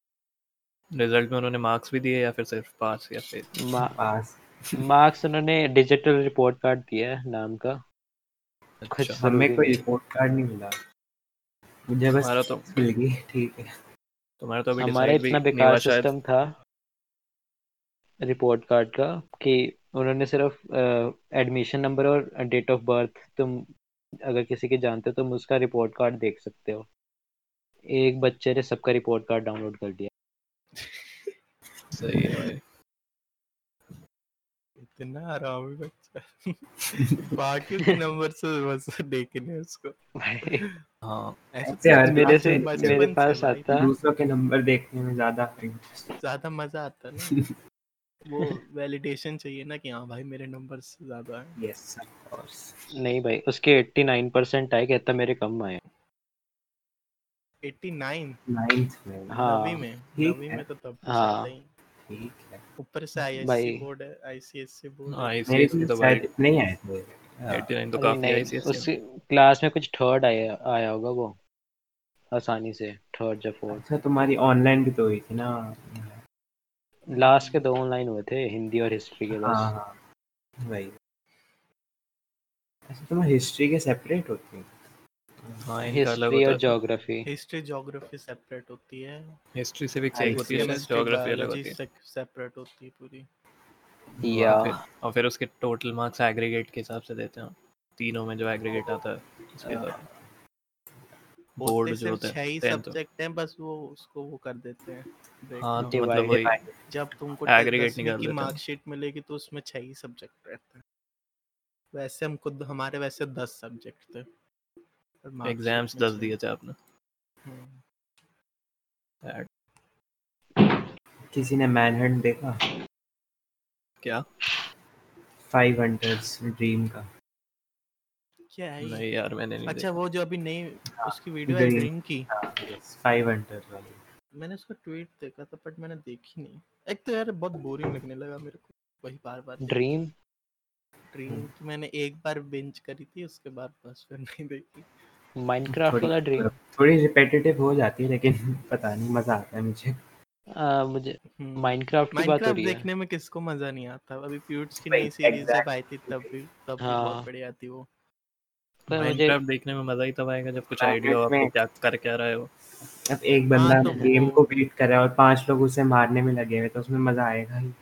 रिजल्ट में उन्होंने मार्क्स भी दिए या फिर सिर्फ पास या फिर मा, पास हाँ, मार्क्स उन्होंने डिजिटल रिपोर्ट कार्ड दिया है नाम का कुछ अच्छा हमें जरूरी कोई नहीं। रिपोर्ट कार्ड नहीं मिला मुझे बस हमारा तो मिल गई ठीक है तुम्हारा तो अभी हमारा डिसाइड इतना भी नहीं हुआ बेकार शायद सिस्टम था रिपोर्ट कार्ड का कि उन्होंने सिर्फ एडमिशन नंबर और डेट ऑफ बर्थ तुम अगर किसी के जानते हो तुम उसका रिपोर्ट कार्ड देख सकते हो एक बच्चे ने सबका रिपोर्ट कार्ड डाउनलोड कर दिया सही है भाई इतना आरामी बच्चा बाकी के नंबर से बस देखने उसको भाई, हाँ ऐसे हर मेरे बात से में बचपन मेरे से पास भाई। आता दूसरों के नंबर देखने में ज्यादा interest है। ज्यादा मजा आता है ना वो वैलिडेशन चाहिए ना कि हाँ भाई मेरे नंबर ज्यादा है yes of course नहीं भाई उसके 89 परसेंट आए कहता मेरे कम आए तो 89 ninth में हाँ, नवी में ठीक नवी है। में तो तब हाँ। ज्यादा ही। ठीक है ऊपर से आईएससी भाई। बोर्ड है आईसीएससी बोर्ड है। हाँ मेरे ICSE को तो शायद भाई इतने ही आए थे हाँ, 89 तो अरे काफी नहीं आईसीएसई उस क्लास में कुछ थर्ड आया आया होगा वो आसानी से थर्ड या फोर्थ अच्छा तुम्हारी ऑनलाइन भी तो हुई थी ना लास्ट के दो ऑनलाइन हुए थे हिंदी और हिस्ट्री के हाँ बस हाँ वही अच्छा तुम्हें हिस्ट्री के सेपरेट होती है हाँ इनका अलग हिस्ट्री और होता है ज्योग्राफी हिस्ट्री ज्योग्राफी सेपरेट होती है हिस्ट्री सिविक्स एक होती है chemistry, ज्योग्राफी अलग biology होती है sec- separate होती है पूरी या और फिर और फिर उसके टोटल मार्क्स एग्रीगेट के हिसाब से देते हैं तीनों में जो एग्रीगेट आता है उसके हिसाब से बोर्ड होते जो सिर्फ होते छह ही हैं 10th तो सब्जेक्ट हैं बस वो उसको वो कर देते हैं break हाँ down। तो मतलब Divide- वही जब तुमको aggregate aggregate निकाल की देते हैं। मार्कशीट मिलेगी तो उसमें छह ही सब्जेक्ट रहते हैं वैसे हमको हमारे वैसे दस सब्जेक्ट थे और mark sheet एग्जाम्स में दस छह। दिए थे आपने हम्म। That- किसी ने मैनहंट देखा क्या फाइव हंड्रेड्स ड्रीम का क्या है ये? नहीं यार मैंने नहीं हाँ, अच्छा देखा वो जो अभी नई उसकी वीडियो जो है ये- ड्रीम की हाँ। फाइव हंड्रेड वाली मैंने उसका ट्वीट देखा था बट मैंने देखी नहीं एक तो यार बहुत बोरिंग लगने लगा मेरे को वही बार बार ड्रीम ड्रीम की मैंने एक बार बिंज करी थी उसके बाद बस फिर नहीं देखी माइनक्राफ्ट थोड़ी- वाला ड्रीम थोड़ी रिपेटेटिव हो जाती है लेकिन पता नहीं मजा आता है मुझे मुझे हम्म। माइनक्राफ्ट की बात हो माइनक्राफ्ट रही है देखने में किसको मजा नहीं आता अभी प्यूट्स की भाई, नई सीरीज जब exactly. आई थी तब भी तब भी हाँ। बहुत बढ़िया थी वो पर मुझे माइनक्राफ्ट देखने में मजा ही तब आएगा जब कुछ Minecraft आइडिया हो आपको में- क्या कर क्या रहा है वो अब एक बंदा हाँ, तो गेम वो- को बीट कर रहा है और पांच लोग उसे मारने में लगे हुए हैं, तो उसमें मजा आएगा ही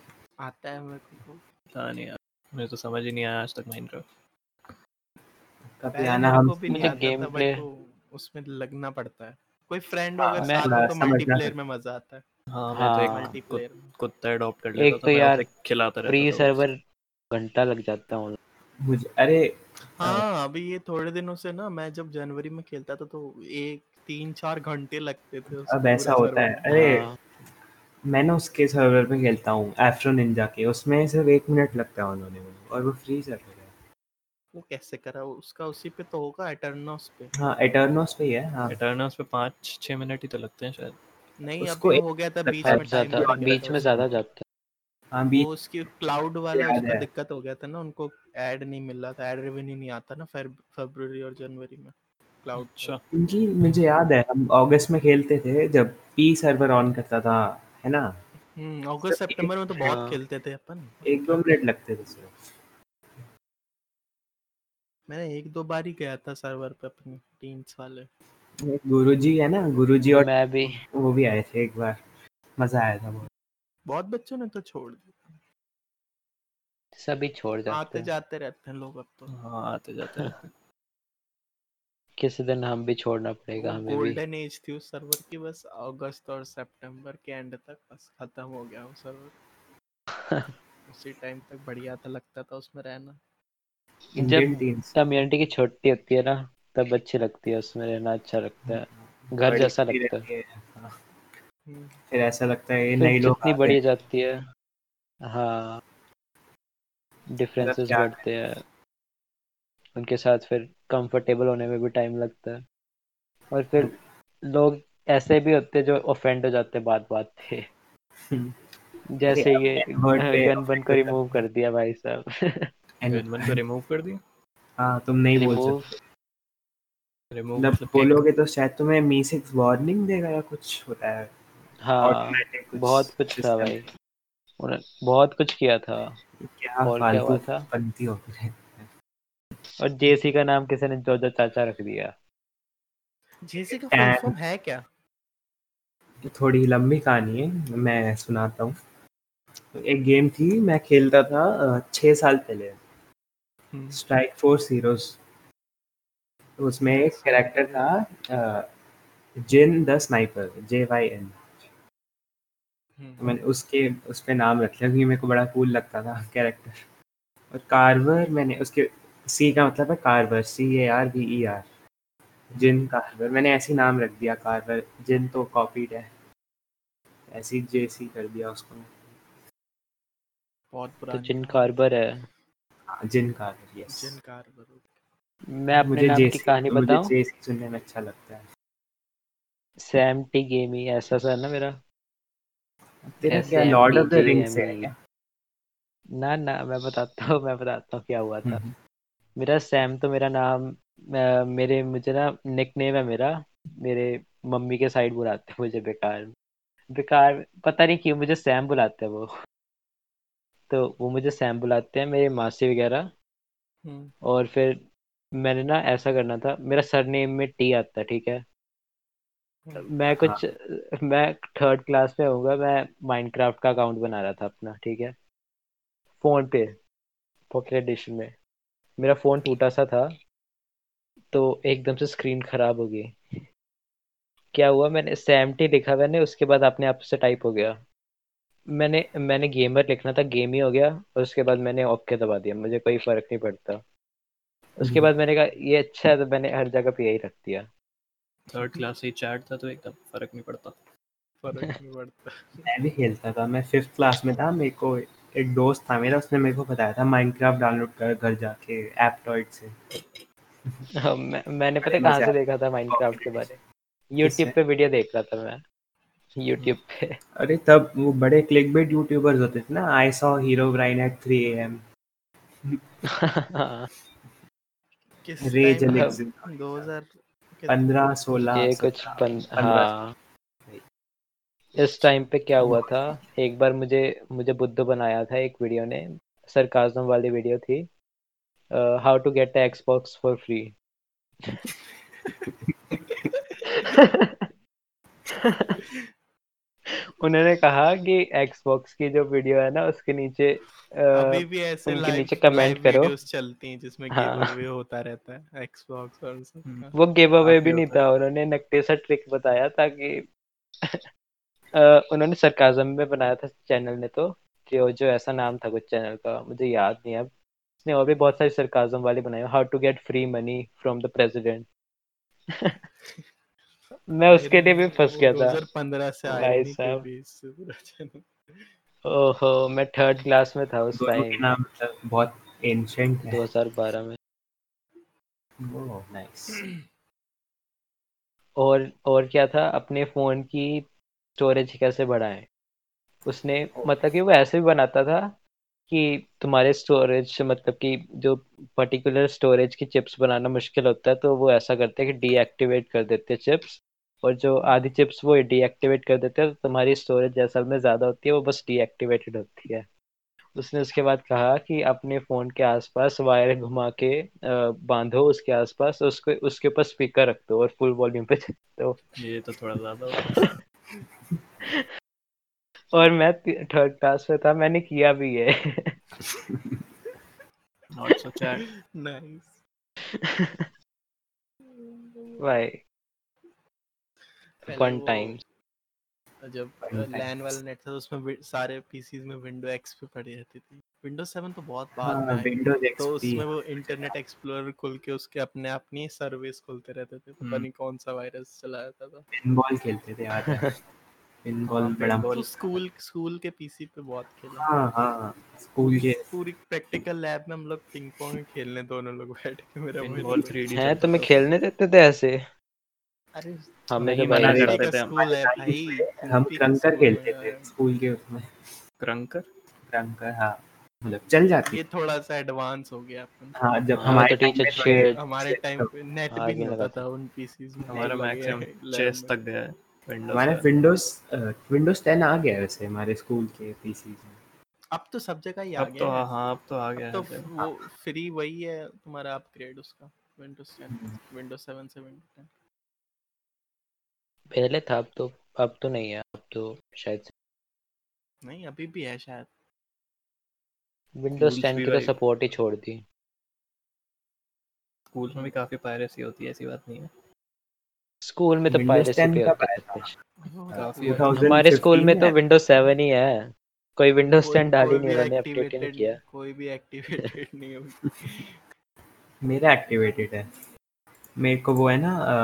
आता है मेरे को वो। पता नहीं यार मुझे तो समझ ही नहीं आया आज तक माइनक्राफ्ट कभी पहले आना मेरे हम को भी नहीं मुझे आता था gameplay- बट वो उसमें लगना पड़ता है कोई फ्रेंड हाँ, वगैरह मैं- साथ हो तो समझ रहा मल्टीप्लेयर था। में मजा आता है हाँ मैं तो हाँ, एक मल्टीप्लेयर में कुत्ता अडॉप्ट कर एक लेता तो था मैं यार उसे खिलाता फ्री रहता था वो। सर्वर घंटा लग जाता है online। मुझे अरे हाँ अभी ये थोड़े दिनों से ना मैं जब जनवरी में खेलता था तो एक तीन चार घंटे लगते थे उस अब पूरे ऐसा होता सर्वर है में। अरे हाँ, मैं ना उसके सर्वर पे खेलता हूँ एफ्रो निंजा के उसमें सिर्फ एक मिनट लगता है उन्होंने मुझे और वो फ्री सर्वर है वो कैसे करा उसका उसी पे तो होगा एटर्नोस पे हाँ एटर्नोस पे ही है हाँ एटर्नल्स पे पाँच छः मिनट ही तो लगते हैं शायद नहीं अब उसको तो एक हो गया था लगता बीच है में बहुत ज्यादा अच्छा टाइम लग बीच में ज्यादा जाता हाँ वो बीच उसकी क्लाउड वाला याद उसका है। दिक्कत हो गया था ना उनको ऐड नहीं मिल रहा था ऐड रेवेन्यू नहीं आता ना फरवरी और जनवरी में क्लाउड अच्छा उनकी मुझे याद है हम अगस्त में खेलते थे जब पी सर्वर ऑन करता था है ना हम्म अगस्त सब- सितंबर में तो बहुत अच्छा, हाँ। खेलते थे अपन एक दो मिनट लगते थे सिर्फ मैंने एक दो बार ही गया था सर्वर पे अपने टीम्स वाले गुरुजी है ना गुरुजी और मैं भी वो भी आए थे एक बार मजा आया था बहुत बहुत बच्चों ने तो छोड़ दिया सभी छोड़ जाते आते हैं जाते रहते हैं लोग अब तो हाँ आते जाते रहते हैं। किसी दिन हम भी छोड़ना पड़ेगा हमें हाँ, भी गोल्डन एज थी उस सर्वर की बस अगस्त और सितंबर के एंड तक बस खत्म हो गया वो सर्वर उसी टाइम तक बढ़िया था लगता था उसमें रहना इंडियन टीम्स कम्युनिटी की छुट्टी होती है ना तब अच्छी लगती है उसमें रहना अच्छा लगता है घर जैसा लगता है हम्म, हाँ। फिर ऐसा लगता है ये फिर नए लोग जितनी आते बढ़ी हैं। जाती है हाँ डिफरेंसेस मतलब क्या है? बढ़ते हैं उनके साथ फिर कंफर्टेबल होने में भी टाइम लगता है और फिर लोग ऐसे भी होते हैं जो ऑफेंड हो जाते हैं बात बात पे जैसे अरे, ये word पे गन बन को offend रिमूव कर दिया भाई साहब गनमैन को रिमूव कर दिया हाँ तुम नहीं बोल रिमूव सकते रिमूव मतलब बोलोगे तो शायद तुम्हें मी सिक्स वार्निंग देगा या कुछ होता है हाँ automatic कुछ बहुत कुछ था system। भाई उन्होंने बहुत कुछ किया था क्या और क्या फालतू हुआ था? पंक्ति हो गई और जेसी का नाम किसी ने जोजा चाचा रख दिया तो JC का And- फुल फॉर्म है क्या थोड़ी लंबी कहानी है मैं सुनाता हूँ तो एक गेम थी मैं खेलता था अ, छः साल पहले हम्म। स्ट्राइक फोर्स हीरोज उसमें एक कैरेक्टर था अ, Jin the sniper J Y N हम्म। मैंने उसके उस पे नाम रख लिया क्योंकि मेरे को बड़ा कूल लगता था कैरेक्टर और कार्वर मैंने उसके सी का मतलब है Carver C A R B E R Jin Carver मैंने ऐसे ही नाम रख दिया कार्वर जिन तो कॉपीड है ऐसे जे सी कर दिया उसको बहुत तो पुराना जिन कार्बर है हाँ, Jin Carver Jin yes carver मैं अपने नाम की JC कहानी मुझे बताऊं जे सी सुनने में अच्छा लगता है सैम टी गेमी ऐसा सा है ना मेरा तेरा ऐसे क्या हैं, Lord of the BGMI rings है क्या? ना ना मैं बताता हूँ मैं बताता हूँ क्या हुआ था हम्म, मेरा सैम तो मेरा नाम अ, मेरे मुझे ना निकनेम है मेरा मेरे मम्मी के साइड बुलाते हैं मुझे बेकार बेकार पता नहीं क्यों मुझे सैम बुलाते हैं वो तो वो मुझे सैम बुलाते हैं मेरे मासी वगैरह लोग और फिर मैंने ना ऐसा करना था मेरा सर नेम में टी आता है ठीक है मैं कुछ मैं थर्ड क्लास में होऊंगा मैं माइनक्राफ्ट का अकाउंट बना रहा था अपना ठीक है फोन पे पॉकेट एडिशन में मेरा फोन टूटा सा था तो एकदम से स्क्रीन खराब हो गई क्या हुआ मैंने सैमटी लिखा मैंने उसके बाद अपने आप से टाइप हो गया मैंने मैंने गेमर लिखना था गेम ही हो गया और उसके बाद मैंने ओके दबा दिया मुझे कोई फर्क नहीं पड़ता उसके हम्म। बाद मैंने कहा ये अच्छा है तो मैंने हर जगह पे यही रख दिया थर्ड क्लास से चैट था तो एकदम फर्क नहीं पड़ता फर्क नहीं पड़ता मैं भी खेलता था मैं फिफ्थ क्लास में था मेरे को एक दोस्त था मेरा उसने मेरे को बताया था माइनक्राफ्ट डाउनलोड कर घर जाके एप्टॉइड से हाँ, मैं, मैंने पता अरे है कहाँ मजा से देखा था माइनक्राफ्ट के बारे में यूट्यूब पे वीडियो देख रहा था मैं यूट्यूब पे अरे तब वो बड़े क्लिकबेट यूट्यूबर्स होते थे ना I saw Herobrine at 3 AM हम्म। हाँ, किस रेज टाइम एंड time- एग्जिट 2000 के- 15 16 ये कुछ 17, पन, 15 हाँ इस टाइम पे क्या हुआ था एक बार मुझे मुझे बुद्ध बनाया था एक वीडियो ने सरकाजम वाली वीडियो थी how to get Xbox for free उन्होंने कहा कि एक्सबॉक्स की जो वीडियो है ना उसके नीचे अ, अभी भी ऐसे उनके लाइव नीचे comment करो। वीडियोस चलती हैं जिसमें हाँ। गिव अवे होता रहता है Xbox और हम्म। सब वो गिव अवे काफी भी नहीं होता था उन्होंने नकटे सा ट्रिक बताया था कि अ, उन्होंने सरकाजम में बनाया था चैनल ने तो जो जो ऐसा नाम था कुछ चैनल का मुझे याद नहीं है अब उसने और भी बहुत सारे सरकाजम वाले बनाए how to get free money from the president मैं उसके लिए भी फंस गया था हाँ। 2015 से भाई आईनी के साहब। बीच से पूरा channel। ओहो मैं थर्ड क्लास में था उस दोनों के टाइम नाम मतलब बहुत एंशिएंट है 2012 में नाइस और और क्या था अपने फोन की स्टोरेज कैसे बढ़ाएं उसने मतलब कि वो ऐसे भी बनाता था कि तुम्हारे स्टोरेज मतलब कि जो पर्टिकुलर स्टोरेज की चिप्स बनाना मुश्किल होता है तो वो ऐसा करते हैं कि डीएक्टिवेट कर देते हैं चिप्स और जो आधी चिप्स वो डीएक्टिवेट कर देते हैं तो तुम्हारी स्टोरेज असल में ज़्यादा होती है वो बस डीएक्टिवेटेड होती है उसने उसके बाद कहा कि अपने फोन के आसपास वायर घुमा के अ, बांधो उसके आसपास और उसके उसके ऊपर स्पीकर रख दो और फुल वॉल्यूम पे दो ये तो थोड़ा ज्यादा और मैं थर्ड क्लास में था मैंने किया भी है नॉट सो हाँ। चैट नाइस भाई फन टाइम जब Fun लैन times. वाला नेट था तो उसमें वि- सारे पीसीज में विंडो एक्स पे पड़ी रहती थी विंडो 7 तो बहुत बाद में हाँ आई। विंडोज तो एक्सपी उसमें वो इंटरनेट एक्सप्लोरर खोल के उसके अपने अपनी सर्विस खोलते रहते थे पता हम्म। नहीं कौन सा वायरस चला जाता था तो। पिनबॉल खेलते थे याद है पिनबॉल हाँ, बड़ा pinball। तो स्कूल स्कूल के पीसी पे बहुत खेला हाँ हाँ स्कूल के पूरी प्रैक्टिकल लैब में हम लोग पिंग पोंग खेलने दोनों लोग बैठ के मेरा भाई पिनबॉल बोला, 3D हैं चलता तुम्हें था। खेलने देते थे ऐसे अरे हमें तो तो- नहीं भाई मना ऐसा- कुंती करते का थे हम स्कूल है भाई हम कुंती का कंकर स्कूल है खेलते थे यार। स्कूल के उसमें क्रंकर कंकर हाँ मतलब चल जाती ये थोड़ा सा एडवांस हो गया अपन हाँ जब हाँ, हमारे तो teacher time में shit- तो हमारे shit टाइम था। पे नेट हाँ, भी नहीं आगे होता लगाते था उन पीसीज में हमारा हम लोग मैक्सिमम ये लैब चेस में- तक गया है विंडोज हमारा विंडोज विंडोज टेन आ गया है वैसे हमारे स्कूल के पीसी में अब तो सब जगह ही आ अब गया तो है। हाँ हाँ, अब तो आ अब गया तो है फिर। वो फ्री वही है तुम्हारा अपग्रेड उसका विंडोज 10 हम्म। विंडोज 7 से विंडोज 10 पहले था अब तो अब तो नहीं है अब तो शायद नहीं अभी भी है शायद विंडोज Rules टेन भी की तो भाई- सपोर्ट ही छोड़ दी स्कूल में भी काफी पायरेसी होती है ऐसी बात नहीं है स्कूल में तो Windows पायरेसी 10 पे का होता है पाया सब था। कुछ काफी पूरा- होता 2015 हमारे स्कूल में तो है। विंडोज सेवन ही है कोई विंडोज कोई- टेन डाली कोई नहीं भी मैंने अपडेट ही नहीं activated- किया कोई भी एक्टिवेटेड नहीं हुई मेरा एक्टिवेटेड है मेरे को वो है ना अ,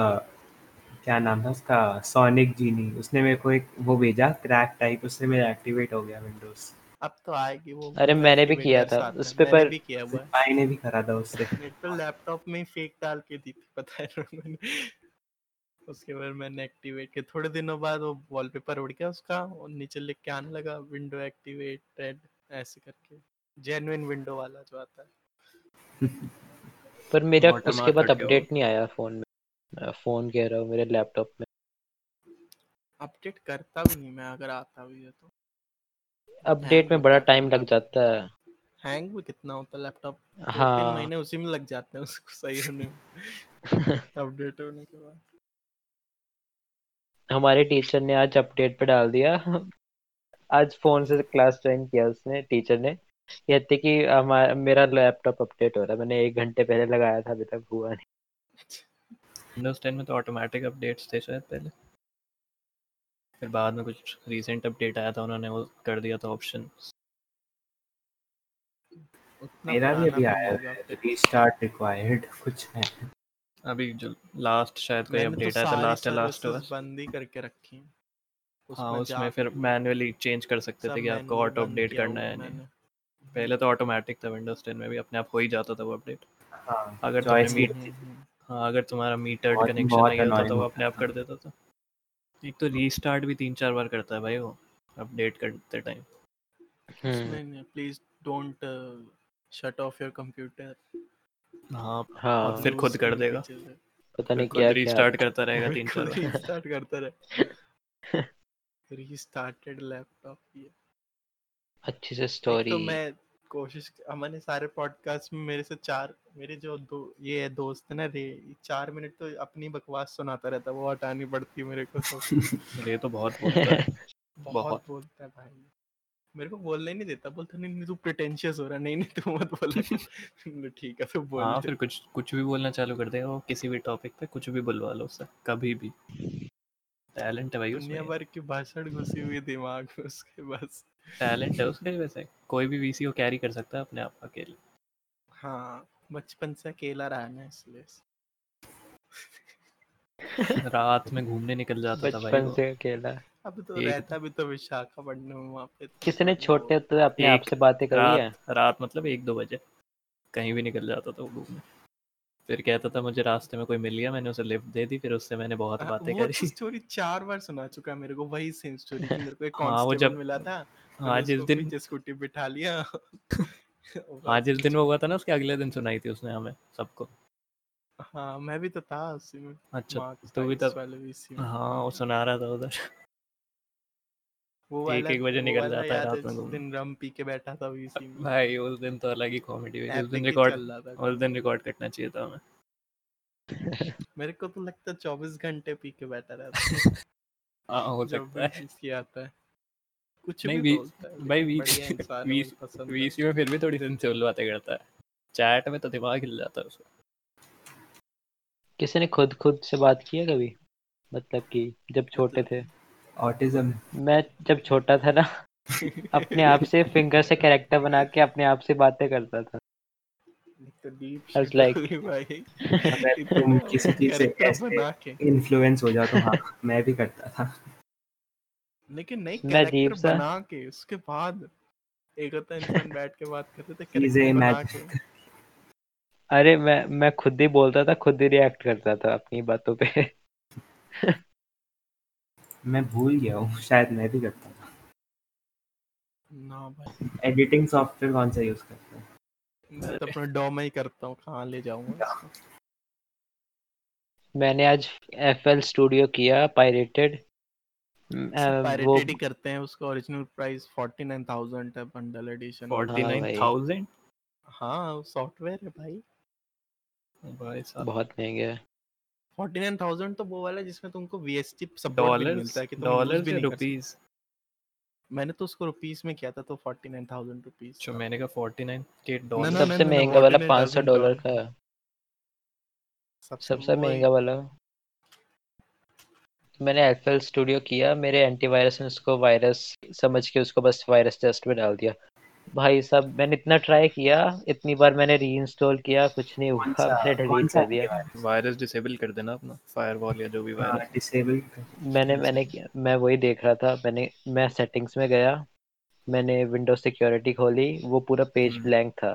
क्या नाम था उसका सोनिक जीनी उसने मेरे को एक वो भेजा क्रैक टाइप उससे मेरा एक्टिवेट हो गया विंडोज अब तो आएगी वो अरे, मैंने भी किया activator था, साथ में। उस पे मैंने पर- भी किया हुआ है भाई ने भी करा था उससे मेरे तो लैपटॉप में फेक डाल के दी थी पता है उन्होंने उसके बाद मैंने एक्टिवेट किया थोड़े दिनों बाद वो वॉलपेपर उड़ गया उसका और नीचे लिख के आने लगा विंडो एक्टिवेटेड ऐसे करके जेन्युइन विंडो वाला जो आता है पर मेरा Watermark उसके बाद हट गया अपडेट नहीं आया फोन में फोन कह रहा हूँ मेरे लैपटॉप में अपडेट करता भी नहीं मैं अगर आता भी है तो अपडेट में बड़ा टाइम लग जाता है हैंग भी कितना होता है लैपटॉप दो तीन हाँ महीने उसी में लग जाते हैं उसको सही होने में अपडेट होने के बाद हमारे टीचर ने आज अपडेट पे डाल दिया आज फोन से क्लास ज्वाइन किया उसने टीचर ने कहते कि हमारा मेरा लैपटॉप अपडेट हो रहा है मैंने एक घंटे पहले लगाया था अभी तक हुआ नहीं विंडोज 10 में तो ऑटोमेटिक अपडेट्स थे शायद पहले फिर बाद में कुछ रीसेंट अपडेट आया था उन्होंने वो कर दिया था ऑप्शन उतना मेरा पुराना भी अभी भी आया होगा। है रीस्टार्ट रिक्वायर्ड कुछ है अभी जो लास्ट शायद कोई मैंने अपडेट तो आया था सारी लास्ट या लास्ट services बस बंद ही करके रखी हैं। हाँ उसमें जाके फिर मैनुअली चेंज कर सकते सब थे कि आपको manually ऑटो बंद अपडेट किया करना हुआ है या नहीं मैंने। पहले तो ऑटोमेटिक था विंडोज 10 में भी अपने आप हो ही जाता था वो अपडेट हाँ अगर तुमने चॉइस मीट हम्म, हम्म। हाँ अगर तुम्हारा मीटर्ड बहुत- कनेक्शन बहुत नहीं होता तो annoying वो होता अपने आप था। कर देता था एक तो रीस्टार्ट भी तीन चार बार करता है भाई वो अपडेट करते टाइम नहीं नहीं uh, please don't shut off your computer हाँ हाँ फिर खुद कर देगा। पता नहीं खुद क्या क्या रीस्टार्ट करता रहेगा तीन चार बार रीस्टार्ट करता रहे रीस्टार्टेड लैपटॉप ये अच्छी से एक स्टोरी तो मैं कोशिश मैंने सारे पॉडकास्ट में मेरे से चार मेरे जो दो ये है दोस्त है ना रे ये चार मिनट तो अपनी बकवास सुनाता रहता है, वो हटानी पड़ती है मेरे को सब ये तो बहुत बोलता है बहुत बहुत। बोलता है भाई मेरे को बोलने ही नहीं देता बोलता नहीं नहीं तू प्रिटेंशियस हो रहा है, नहीं नहीं तू मत बोला कर। मैंने, ठीक है फिर बोल हाँ दे। फिर कुछ कुछ भी बोलना चालू कर देगा वो किसी भी टॉपिक पे कुछ भी बुलवा लो उससे कभी भी टैलेंट है भाई दुनिया उसमें भर की भाषण घुसी हुई दिमाग में उसके बस टैलेंट है उसके वैसे कोई भी वीसी को कैरी कर सकता है अपने आप अकेले हाँ बचपन से अकेला रहा है ना इसलिए रात में घूमने निकल जाता था भाई बचपन वो। से अकेला अब तो एक- रहता भी तो विशाखापट्टनम में वहाँ पे तो किसी ने थोड़ी छोटे बहुत- होते अपने आप एक से बातें करी है रात रात मतलब एक दो बजे कहीं भी निकल जाता था वो घूमने फिर कहता था मुझे रास्ते में कोई मिल गया मैंने उसे लिफ्ट दे दी फिर उससे मैंने बहुत हाँ, बातें वो करी स्टोरी चार बार सुना चुका है मेरे को वही सेम स्टोरी कि मेरे को एक हाँ, वो कांस्टेबल जब- मिला था मैंने हाँ जिस उसको दिन पीछे स्कूटी बिठा लिया और हाँ बस, जिस दिन वो हुआ था ना उसके अगले दिन सुनाई थी उसने हमें सबको हाँ मैं भी तो था उसी में अच्छा मार्क्स तू भी हाँ, टाइम्स तब वाले भी इसी में हाँ वो सुना रहा था उधर वो एक- वाला एक बजे वो निकल वाला जाता है याद रात में जिस घूमने। दिन रम पी के बैठा था वो इसी में भाई उस दिन तो अलग ही कॉमेडी हुई थी। उस दिन Epic ही रिकॉर्ड चल रहा था। उस दिन रिकॉर्ड करना चाहिए था हमें मेरे को तो लगता है चौबीस घंटे पी के बैठा रहता है हाँ हो जब सकता है भी VC आता है कुछ नहीं, भी V- बोलता है भाई लेकिन VC बढ़िया इंसान V- मुझे पसंद है। वीसी में फिर भी थोड़ी सेंसिबल बातें करता है चैट में तो दिमाग हिल जाता है उसका किसी ने खुद खुद से बात की है कभी मतलब कि जब छोटे थे ऑटिज्म मैं जब छोटा था ना अपने आप से फिंगर से कैरेक्टर बना के अपने आप से बातें करता था एक तो डीप I was like- भाई अगर तो तुम किसी चीज से character ऐसे बना के इन्फ्लुएंस हो जाओ तो हाँ मैं भी करता था लेकिन नहीं मैं अजीब कैरेक्टर सा- बना के उसके बाद एक होता है इंसान बैठ के बात करते थे चीजें कैरेक्टर बना imagine के अरे मैं मैं खुद ही बोलता था खुद ही रिएक्ट करता था अपनी बातों पे मैं भूल गया हूँ शायद मैं भी करता था ना भाई एडिटिंग सॉफ्टवेयर कौन सा यूज करता है मैं तो अपना डॉम ही करता हूँ कहाँ ले जाऊंगा इसको? मैंने आज एफ एल स्टूडियो किया पायरेटेड वो Hmm, Pirated ही करते हैं उसका ओरिजिनल प्राइस 49000 है बंडल हाँ एडिशन फोर्टी नाइन थाउजेंड हाँ सॉफ्टवेयर है भाई भाई साहब बहुत महंगे है 49000 तो वो वाला है जिसमें तुमको वीएसटी सपोर्ट भी नहीं डॉलर्स मिलता है कि तुम यूज डॉलर्स भी या नहीं कर सकते। रुपीस मैंने तो उसको रुपीस में किया था तो 49000 रुपीस जो मैंने कहा 49 के ना, ना, डॉलर सबसे ना, महंगा वाला 49 पाँच सौ doesn't डॉलर count। का है, सबसे वो महंगा वाला मैंने एफ एल स्टूडियो किया मेरे एंटीवायरस ने उसको वायरस समझ के उसको बस वायरस टेस्ट में डाल दिया भाई साहब मैंने इतना ट्राई किया इतनी बार मैंने रीइंस्टॉल किया कुछ नहीं हुआ कौन सा मैंने कौन डिलीट सा कर दिया वायरस डिसेबल कर देना अपना फायरवॉल या जो भी हाँ। वायरस डिसेबल मैंने मैंने किया मैं वही देख रहा था मैंने मैं सेटिंग्स में गया मैंने विंडो सिक्योरिटी खोली वो पूरा पेज हम्म। ब्लैंक था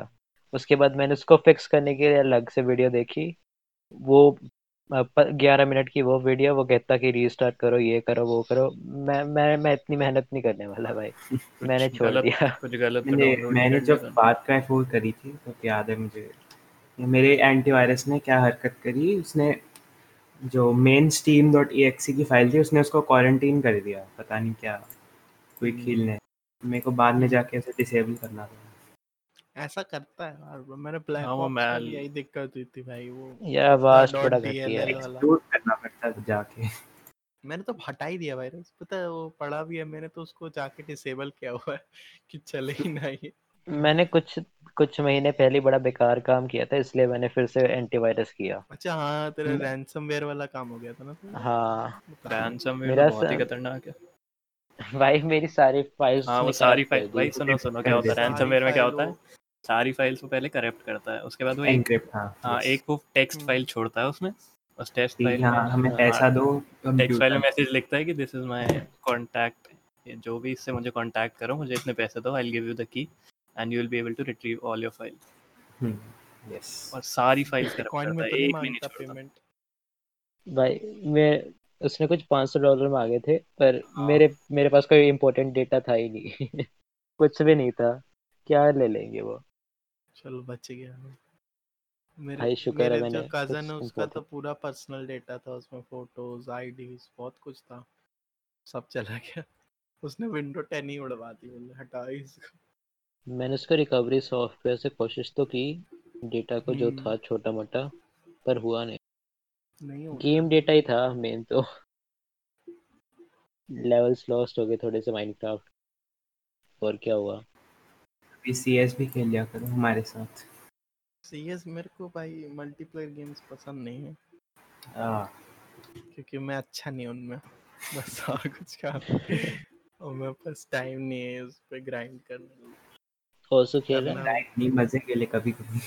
उसके बाद मैंने उसको फिक्स करने के लिए अलग से वीडियो देखी वो ग्यारह मिनट की वो वीडियो वो कहता कि रीस्टार्ट करो ये करो वो करो मैं मैं मैं इतनी मेहनत नहीं करने वाला भाई मैंने छोड़ गलत दिया कुछ गलत तो मैंने download मैंने कर जब देना। बात का फोन करी थी तो याद है मुझे ये मेरे एंटीवायरस ने क्या हरकत करी उसने जो मेन स्टीम डॉट की फाइल थी उसने उसको क्वारंटीन कर दिया पता नहीं क्या कोई हम्म। खील ने मेरे को बाद में जाके उसे डिसेबल करना था ऐसा करता है यार वो मैंने ब्लैक हाँ, वो ऑप्स में मैल- भी यही दिक्कत हुई थी भाई वो यह आवाज dot थोड़ा घटी DLL है वाला। एक्सक्लूड करना पड़ता था जाके मैंने तो हटा ही दिया वायरस पता है वो पड़ा भी है मैंने तो उसको जाके डिसेबल किया हुआ है कि चले ही ना ये मैंने कुछ कुछ महीने पहले बड़ा बेकार काम किया था इसलिए मैंने फिर से एंटीवायरस किया अच्छा हाँ तेरा हम्म। मैं- रैंसमवेयर वाला काम हो गया था ना तो हाँ ransomware मेरा तो बहुत ही सा- खतरनाक है भाई मेरी सारी फाइल्स हाँ वो उसने सारी corrupt कर फाइल भाई दी। सुनो सुनो क्या होता है सारी रैनसमवेयर में क्या file होता है वो- सारी फाइल्स को पहले करप्ट करता है उसके बाद वो तो एक एनक्रिप्ट हाँ हाँ yes. एक वो टेक्स्ट हम्म। फाइल छोड़ता है उसमें उस टेक्स्ट कि फाइल हाँ हमें पैसा दो हम टेक्स्ट फाइल में computer- मैसेज लिखता है कि दिस इज माय कांटेक्ट जो भी इससे मुझे कांटेक्ट करो मुझे इतने पैसे दो I will give you the key and you will be able to retrieve all your file hmm, yes. और सारी फाइल्स करप्ट कॉइन करता Hmm. में तो नहीं है एक भी नहीं मांगता छोड़ता पेमेंट भाई मैं उसने कुछ पाँच सौ डॉलर मांगे थे पर हाँ। मेरे मेरे पास कोई इम्पोर्टेंट डेटा था ही नहीं कुछ भी नहीं था क्या ले लेंगे वो चलो बच गया मैं। मेरे भाई, शुक्र है मेरे जो मैंने कजन कुछ है उसका तो important- पूरा पर्सनल डेटा था उसमें फोटोज आईडीज बहुत कुछ था सब चला गया उसने विंडो 10 ही उड़वा दी बोले हटा इसको मैंने उसको रिकवरी सॉफ्टवेयर से कोशिश तो की डेटा को जो हम्म। था छोटा मोटा पर हुआ नहीं नहीं हो गेम डेटा ही था मेन तो लेवल्स लॉस्ट हो गए थोड़े से माइनक्राफ्ट और क्या हुआ अभी CS भी खेल लिया करो हमारे साथ सीएस मेरे को भाई मल्टीप्लेयर गेम्स पसंद नहीं है हाँ, क्योंकि मैं अच्छा नहीं उनमें बस और कुछ काम और मेरे पास टाइम नहीं है उस पर ग्राइंड करने का। ओसो खेला करना- नहीं मजे के लिए कभी कभी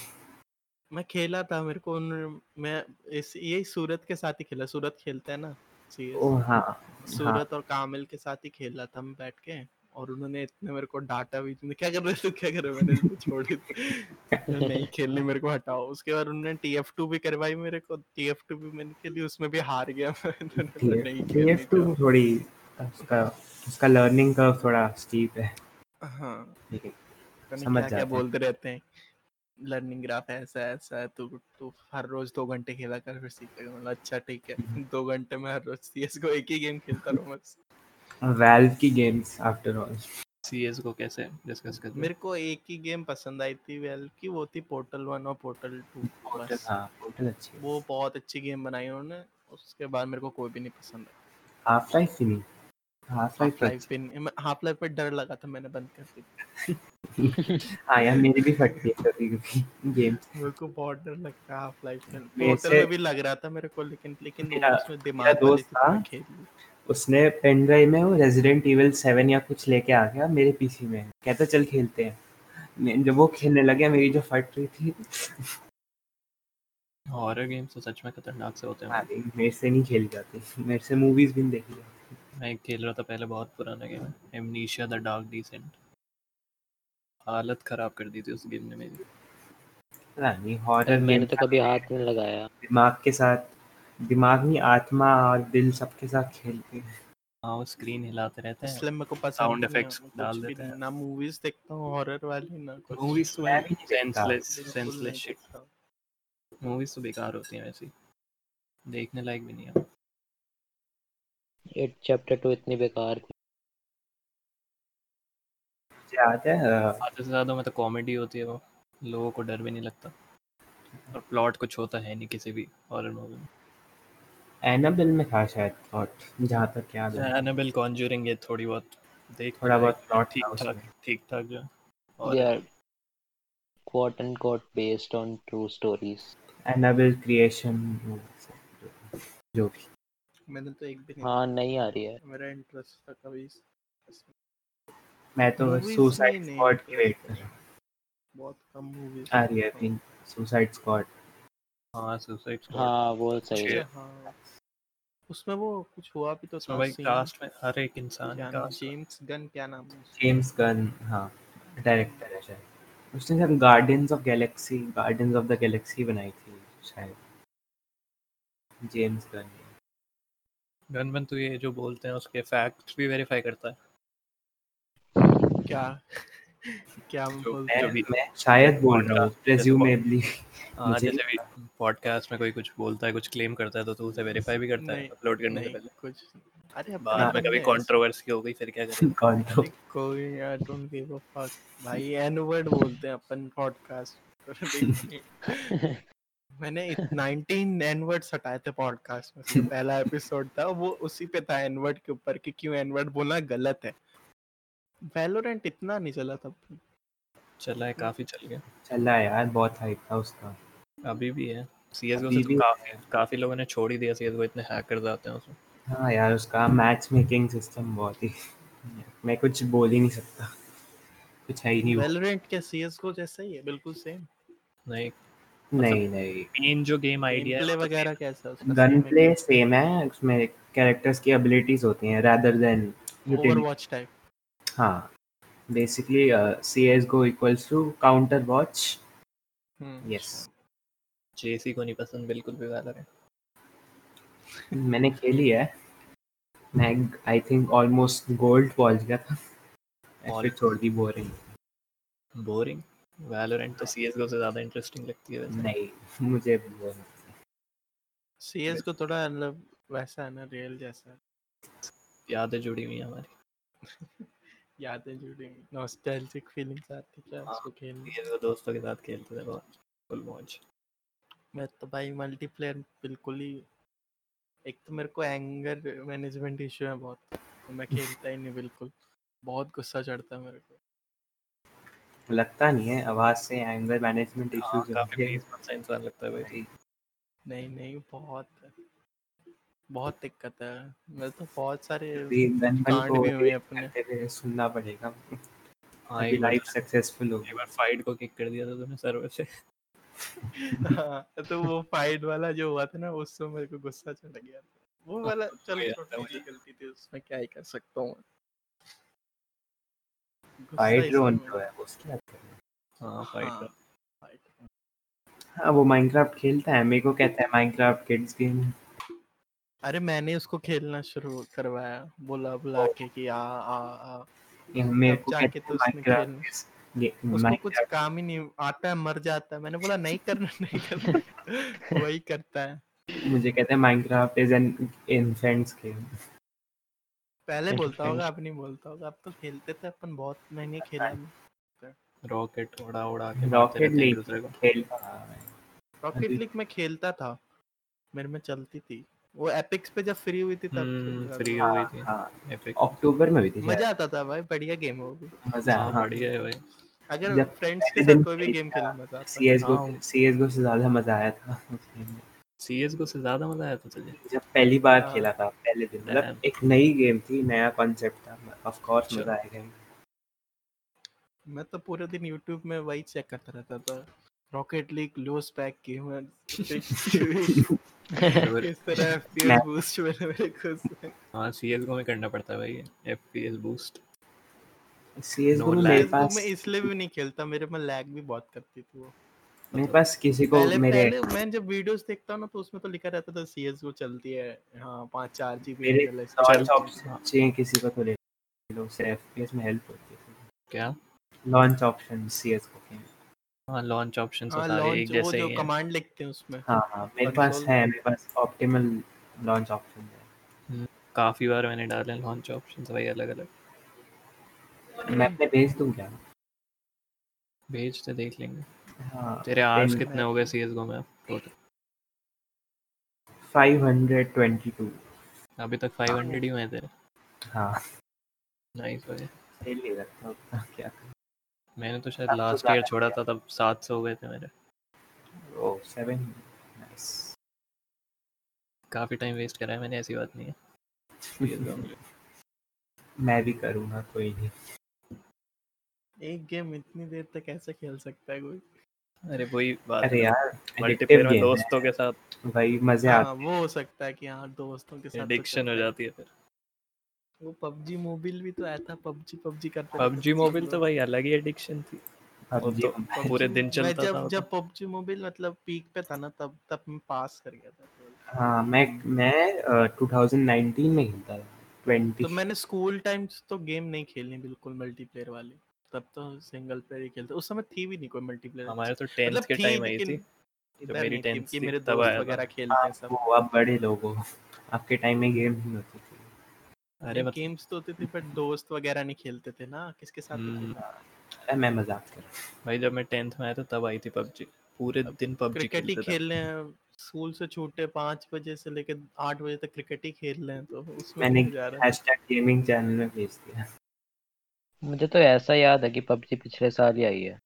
मैं खेला था मेरे को उन मैं इस यही सूरत के साथ ही खेला सूरत खेलता है ना ओ सीएस हाँ सूरत और कामिल के साथ ही खेला था मैं बैठ के और उन्होंने इतने मेरे को डाटा भी तुमने क्या कर रहे हो क्या कर रहे हो मैंने इसको छोड़ ही दिया। मैंने नहीं खेलनी मेरे को हटाओ उसके बाद उन्होंने टीएफ2 भी करवाई मेरे को टीएफ2 भी मैंने खेली उसमें भी हार गया मैं मैंने बोला, नहीं खेलनी TF2 तो। थोड़ी उसका उसका लर्निंग कर्व थोड़ा स्टीप है हाँ लेकिन पता नहीं समझ क्या क्या जाते हैं। बोलते रहते हैं लर्निंग ग्राफ ऐसा है, ऐसा है तू तू हर रोज दो घंटे खेला हम्म। कर फिर सीख लेगा मतलब अच्छा ठीक है दो घंटे में हर रोज सीएस को एक ही गेम खेलता रहूँ बस वैल्व की गेम्स आफ्टर ऑल सीएस को कैसे डिस्कस करते मेरे को एक ही गेम पसंद आई थी वेल की वो थी पोर्टल वन और पोर्टल टू बस हाँ पोर्टल अच्छी है वो बहुत अच्छी गेम बनाई उन्होंने उसके बाद मेरे को कोई भी नहीं पसंद आया हाफ लाइफ फिनी हाफ हाफ लाइफ लाइफ पे हाफ लाइफ पे डर लगा था मैंने बंद कर दी हाँ यार मेरी भी फटती है कभी कभी गेम्स मेरे को बहुत डर लगता है हाफ लाइफ में मेरे पोर्टल से- में भी लग रहा था मेरे को लेकिन लेकिन वो मेरा- उसमें दिमाग वाली दोस्त थी, तो मैं था। खेल लिया। उसने पेन ड्राइव में वो रेजिडेंट इविल सेवन या कुछ लेके आ गया मेरे पीसी में कहता चल खेलते हैं मैं- जब वो खेलने लगे मेरी जो फट रही थी हैं हॉरर गेम्स तो सच में खतरनाक से होते हैं अरे मेरे से नहीं खेली जाती मेरे से मूवीज भी नहीं देखी जाती मैं एक खेल रहा था पहले बहुत पुराना गेम है एमनीशिया द डार्क डिसेंट हालत खराब कर दी थी उस गेम ने मेरी पता नहीं हॉरर मैंने तो कभी हाथ नहीं लगाया दिमाग के साथ दिमाग नहीं आत्मा और दिल सबके साथ खेलते हैं हाँ वो स्क्रीन हिलाते रहते हैं इसलिए मेरे को पसंद Sound नहीं है, effects मैं कुछ डाल भी देते नहीं- हैं। ना मूवीज देखता हूँ हॉरर वाली ना कुछ मूवीज तो मैं भी नहीं देखता। सेंसलेस बिल्कुल सेंसलेस नहीं शिट देखता हूँ। मूवीज तो बेकार होती हैं वैसे ही। देखने लायक भी नहीं है एट चैप्टर टू इतनी बेकार थी मुझे याद है अ, आधे से ज़्यादा में तो कॉमेडी होती है वो लोगों को डर भी नहीं लगता और प्लॉट कुछ होता है नहीं किसी भी हॉरर मूवी हाँ में एनाबेल में था शायद प्लॉट जहाँ तक याद है एनाबेल कॉन्जूरिंग हाँ, ये थोड़ी बहुत देख थोड़ा बहुत प्लॉट हाँ, ठीक था ठाक उसमें ठीक ठाक जो है। और they are quote and quote based on true stories Hmm. Annabelle creation जो भी मैंने तो एक भी नहीं हाँ नहीं आ रही है देखा, मेरा इंटरेस्ट था कभी इस- इसमें। मैं तो Movies सुसाइड में नहीं स्क्वाड की वेट interest कर रहा हूँ बहुत कम मूवीज आ रही है आई थिंक सुसाइड स्क्वाड हाँ सुसाइड स्क्वाड हाँ वो सही है Shit. हाँ उसमें वो कुछ हुआ भी तो था भाई scene, कास्ट में हर एक इंसान क्या नाम कास्ट जेम्स गन क्या नाम है उसका? जेम्स गन हाँ डायरेक्टर है शायद उसने शायद guardians of galaxy guardians of the galaxy बनाई थी शायद जेम्स गन ने। गनमैन तो ये जो बोलते हैं उसके फैक्ट्स भी वेरीफाई करता है क्या क्या हम जो- बोलते मैं भी- मैं शायद बोल रहा हूँ podcast- प्रेज्यूमेबली हाँ मुझे जैसे भी पॉडकास्ट में कोई कुछ बोलता है कुछ क्लेम करता है तो तू उसे वेरीफाई भी करता है नहीं, अपलोड करने से नहीं पहले कुछ अरे अब हाँ, बाद में कभी कंट्रोवर्सी हो गई फिर क्या करें कॉन्ट्रो कोई I don't give a fuck भाई एन वर्ड बोलते हैं अपन पॉडकास्ट मैंने इत- 19 एन वर्ड्स हटाए थे पॉडकास्ट में से पहला एपिसोड था वो उसी पे था एन वर्ड के ऊपर कि क्यों एन वर्ड बोलना गलत है वैलोरेंट इतना नहीं चला तब भी। चला है काफी चल गया चला यार बहुत हाइप था उसका अभी भी है CS:GO अभी से भी तो काफी काफी लोगों ने छोड़ ही दिया CS:GO इतने हैकर्स आते हैं उसमें हाँ यार उसका मैच मेकिंग सिस्टम बहुत ही मैं कुछ बोल ही नहीं सकता कुछ है ही नहीं वो। वैलोरेंट क्या सीएसगो जैसा ही है बिल्कुल सेम नहीं नहीं नहीं मेन जो गेम आइडिया प्ले वगैरह कैसा गन प्ले सेम है उसमें कैरेक्टर्स की एबिलिटीज होती हैं रादर देन ओवरवॉच टाइप हाँ uh, basically C S go equals to counter watch Hmm. Yes जेसी को नहीं पसंद बिल्कुल भी वाला है मैंने खेली है मैं आई थिंक ऑलमोस्ट गोल्ड पहुंच गया था और- ऐसे छोड़ दी बोरिंग बोरिंग वैलोरेंट तो CS:GO से ज्यादा इंटरेस्टिंग लगती है वैसे हाँ। नहीं मुझे boring। सीएसगो थोड़ा मतलब वैसा है ना रियल जैसा है। यादें जुड़ी हुई हैं हमारी यादें जुड़ी हुई नॉस्टैल्जिक फीलिंग्स आती क्या हाँ। उसको खेलने CS:GO दोस्तों के साथ खेलते थे बहुत फुल मौज मैं तो भाई मल्टीप्लेयर बिल्कुल ही एक तो मेरे को एंगर मैनेजमेंट इशू है बहुत तो मैं खेलता ही नहीं बिल्कुल बहुत गुस्सा चढ़ता है मेरे को लगता नहीं है आवाज से एंगर मैनेजमेंट हाँ इश्यूज काफी बेसमत इंसान लगता है भाई नहीं नहीं बहुत है। बहुत दिक्कत है मैं तो बहुत सारे कांड भी हुए अपने। को सुनना पड़ेगा हाँ एक बार लाइफ सक्सेसफुल हो एक बार फाइट को किक कर दिया था तुमने सर्वर से हाँ, तो वो फाइट वाला जो हुआ था ना उससे मेरे को गुस्सा चढ़ गया था वो वाला चलो याद है छोटी मुझे। सी गलती थी उसमें क्या ही कर सकता हूँ मैं। गुस्सा फाइट इसलिए जोन मेरे- तो है उसके अंदर। हाँ फाइट हाँ, का fight zone। हाँ वो माइनक्राफ्ट खेलता है मेरे को कहता है माइनक्राफ्ट किड्स गेम अरे मैंने उसको खेलना शुरू करवाया बोला बुला के कि आ आ आ हाँ, मेरे तब को जाके कहता तो है उसने माइनक्राफ्ट खेलना उसको कुछ माइनक्राफ्ट काम ही नहीं आता है मर जाता है मैंने बोला नहीं करना नहीं करना वही करता है मुझे कहता है Minecraft is an infants game पहले बोलता होगा अब नहीं बोलता होगा अब तो खेलते थे अपन बहुत महीने खेला नहीं रॉकेट उड़ा उड़ा के रॉकेट मारते रहते एक लीग दूसरे को खेल रॉकेट अभी- लीग में खेलता था मेरे में चलती थी वो एपिक्स पे जब फ्री हुई थी तब हम्म खेलता फ्री था। हुई थी हाँ एपिक अक्टूबर में भी थी शायद। मजा आता था भाई बढ़िया गेम है वो भी मजा हाँ, हाँ बढ़िया है भाई अगर जब फ्रेंड्स के पहले साथ दिन कोई भी खेलता गेम खेलने में मजा आता सी एस हाँ। गो सी एस गो से ज्यादा मजा आया था उस game में। सीएसगो से ज्यादा मजा आया था तुझे जब पहली बार हाँ। खेला था पहले दिन मतलब Damn. एक नई गेम थी नया कॉन्सेप्ट था ऑफ कोर्स हाँ। Sure. मजा आएगा ही। मैं तो पूरे दिन YouTube में वही चेक करता रहता था rocket league low spec game है किस फिर- तरह मैं- FPS बूस्ट मेरे मेरे को उसमें। हाँ सीएसगो में करना पड़ता है भाई एफपीएस बूस्ट CS:GO No में मेरे lag. CS:Gो पास मैं इसलिए भी नहीं खेलता मेरे में लैग भी बहुत करती थी वो मेरे पास किसी को पहले मेरे पहले मैं जब वीडियोस देखता हूं ना तो उसमें तो लिखा रहता था सीएसगो चलती है हाँ पाँच चार जी मेरे लॉन्च ऑप्शन हाँ। चाहिए किसी को तो ले लो उससे FPS में हेल्प होती है क्या लॉन्च ऑप्शन CS:GO के हाँ लॉन्च ऑप्शन हाँ सारे लॉन्च एक वो जैसे जो ही हैं कमांड लिखते हैं उसमें हाँ हाँ मेरे Console पास है मेरे पास ऑप्टिमल लॉन्च ऑप्शन है काफी बार मैंने डाले लॉन्च ऑप्शन भाई अलग अलग Hmm. मैं अपने भेज दूं क्या भेजते देख लेंगे हाँ तेरे आर्स Then- कितने हो गए सीएसगो में अब total five hundred twenty two अभी तक हाँ। 500 ही हुए हैं तेरे हाँ नाइस भाई खेल नहीं सकता उतना क्या मैंने तो शायद अब तो लास्ट ज्यादा ईयर छोड़ा था तब 700 हो गए थे मेरे ओ सेवन नाइस काफी टाइम वेस्ट करा है मैंने ऐसी बात नहीं है CS:GO में। मैं भी करूँगा कोई नहीं एक गेम इतनी देर तक कैसे खेल सकता है कोई अरे वही बात अरे यार addictive मल्टीप्लेयर में game है। दोस्तों के साथ वही मजे हाँ आते वो हो सकता है कि हाँ दोस्तों के साथ तो एडिक्शन चलता हो है। जाती है फिर वो PUBG मोबाइल भी तो आया था PUBG PUBG करते रहते पबजी थे मोबाइल सब तो लोग। भाई अलग ही एडिक्शन थी हैं वो PUBG तो में। PUBG पूरे दिन मैं चलता जब था वो जब PUBG मोबाइल मतलब पीक पे था ना तब तब मैं पास कर गया था हाँ मैं मैं टू थाउजेंड नाइनटीन में खेलता था ट्वेंटी तो मैंने स्कूल टाइम तो गेम नहीं खेलनी बिल्कुल मल्टीप्लेयर वाली तब तो सिंगल प्लेयर ही खेलते उस समय थी भी नहीं कोई मल्टीप्लेयर हमारे तो मतलब 10th के टाइम आई थी जब मेरी 10th थी, मेरे तब दोस्त आया था। वगैरह खेलते हैं सब हाँ, वो आप बड़े लोग हो आपके टाइम में गेम नहीं होती थी अरे मतलब गेम्स तो होते थे बट दोस्त वगैरह नहीं खेलते थे ना किसके साथ भी हम्म, खेलना? अरे, मैं मजाक कर रहा भाई जब मैं 10th में आया था तब आई थी पबजी पूरे दिन पबजी क्रिकेट ही खेलते थे खेल रहे हैं स्कूल से छूटे पाँच बजे से लेके आठ बजे तक क्रिकेट ही खेल रहे हैं तो उसमें मैंने भी जा रहा है हैश टैग गेमिंग चैनल में भेज दिया मुझे तो ऐसा याद है कि पबजी पिछले साल ही आई है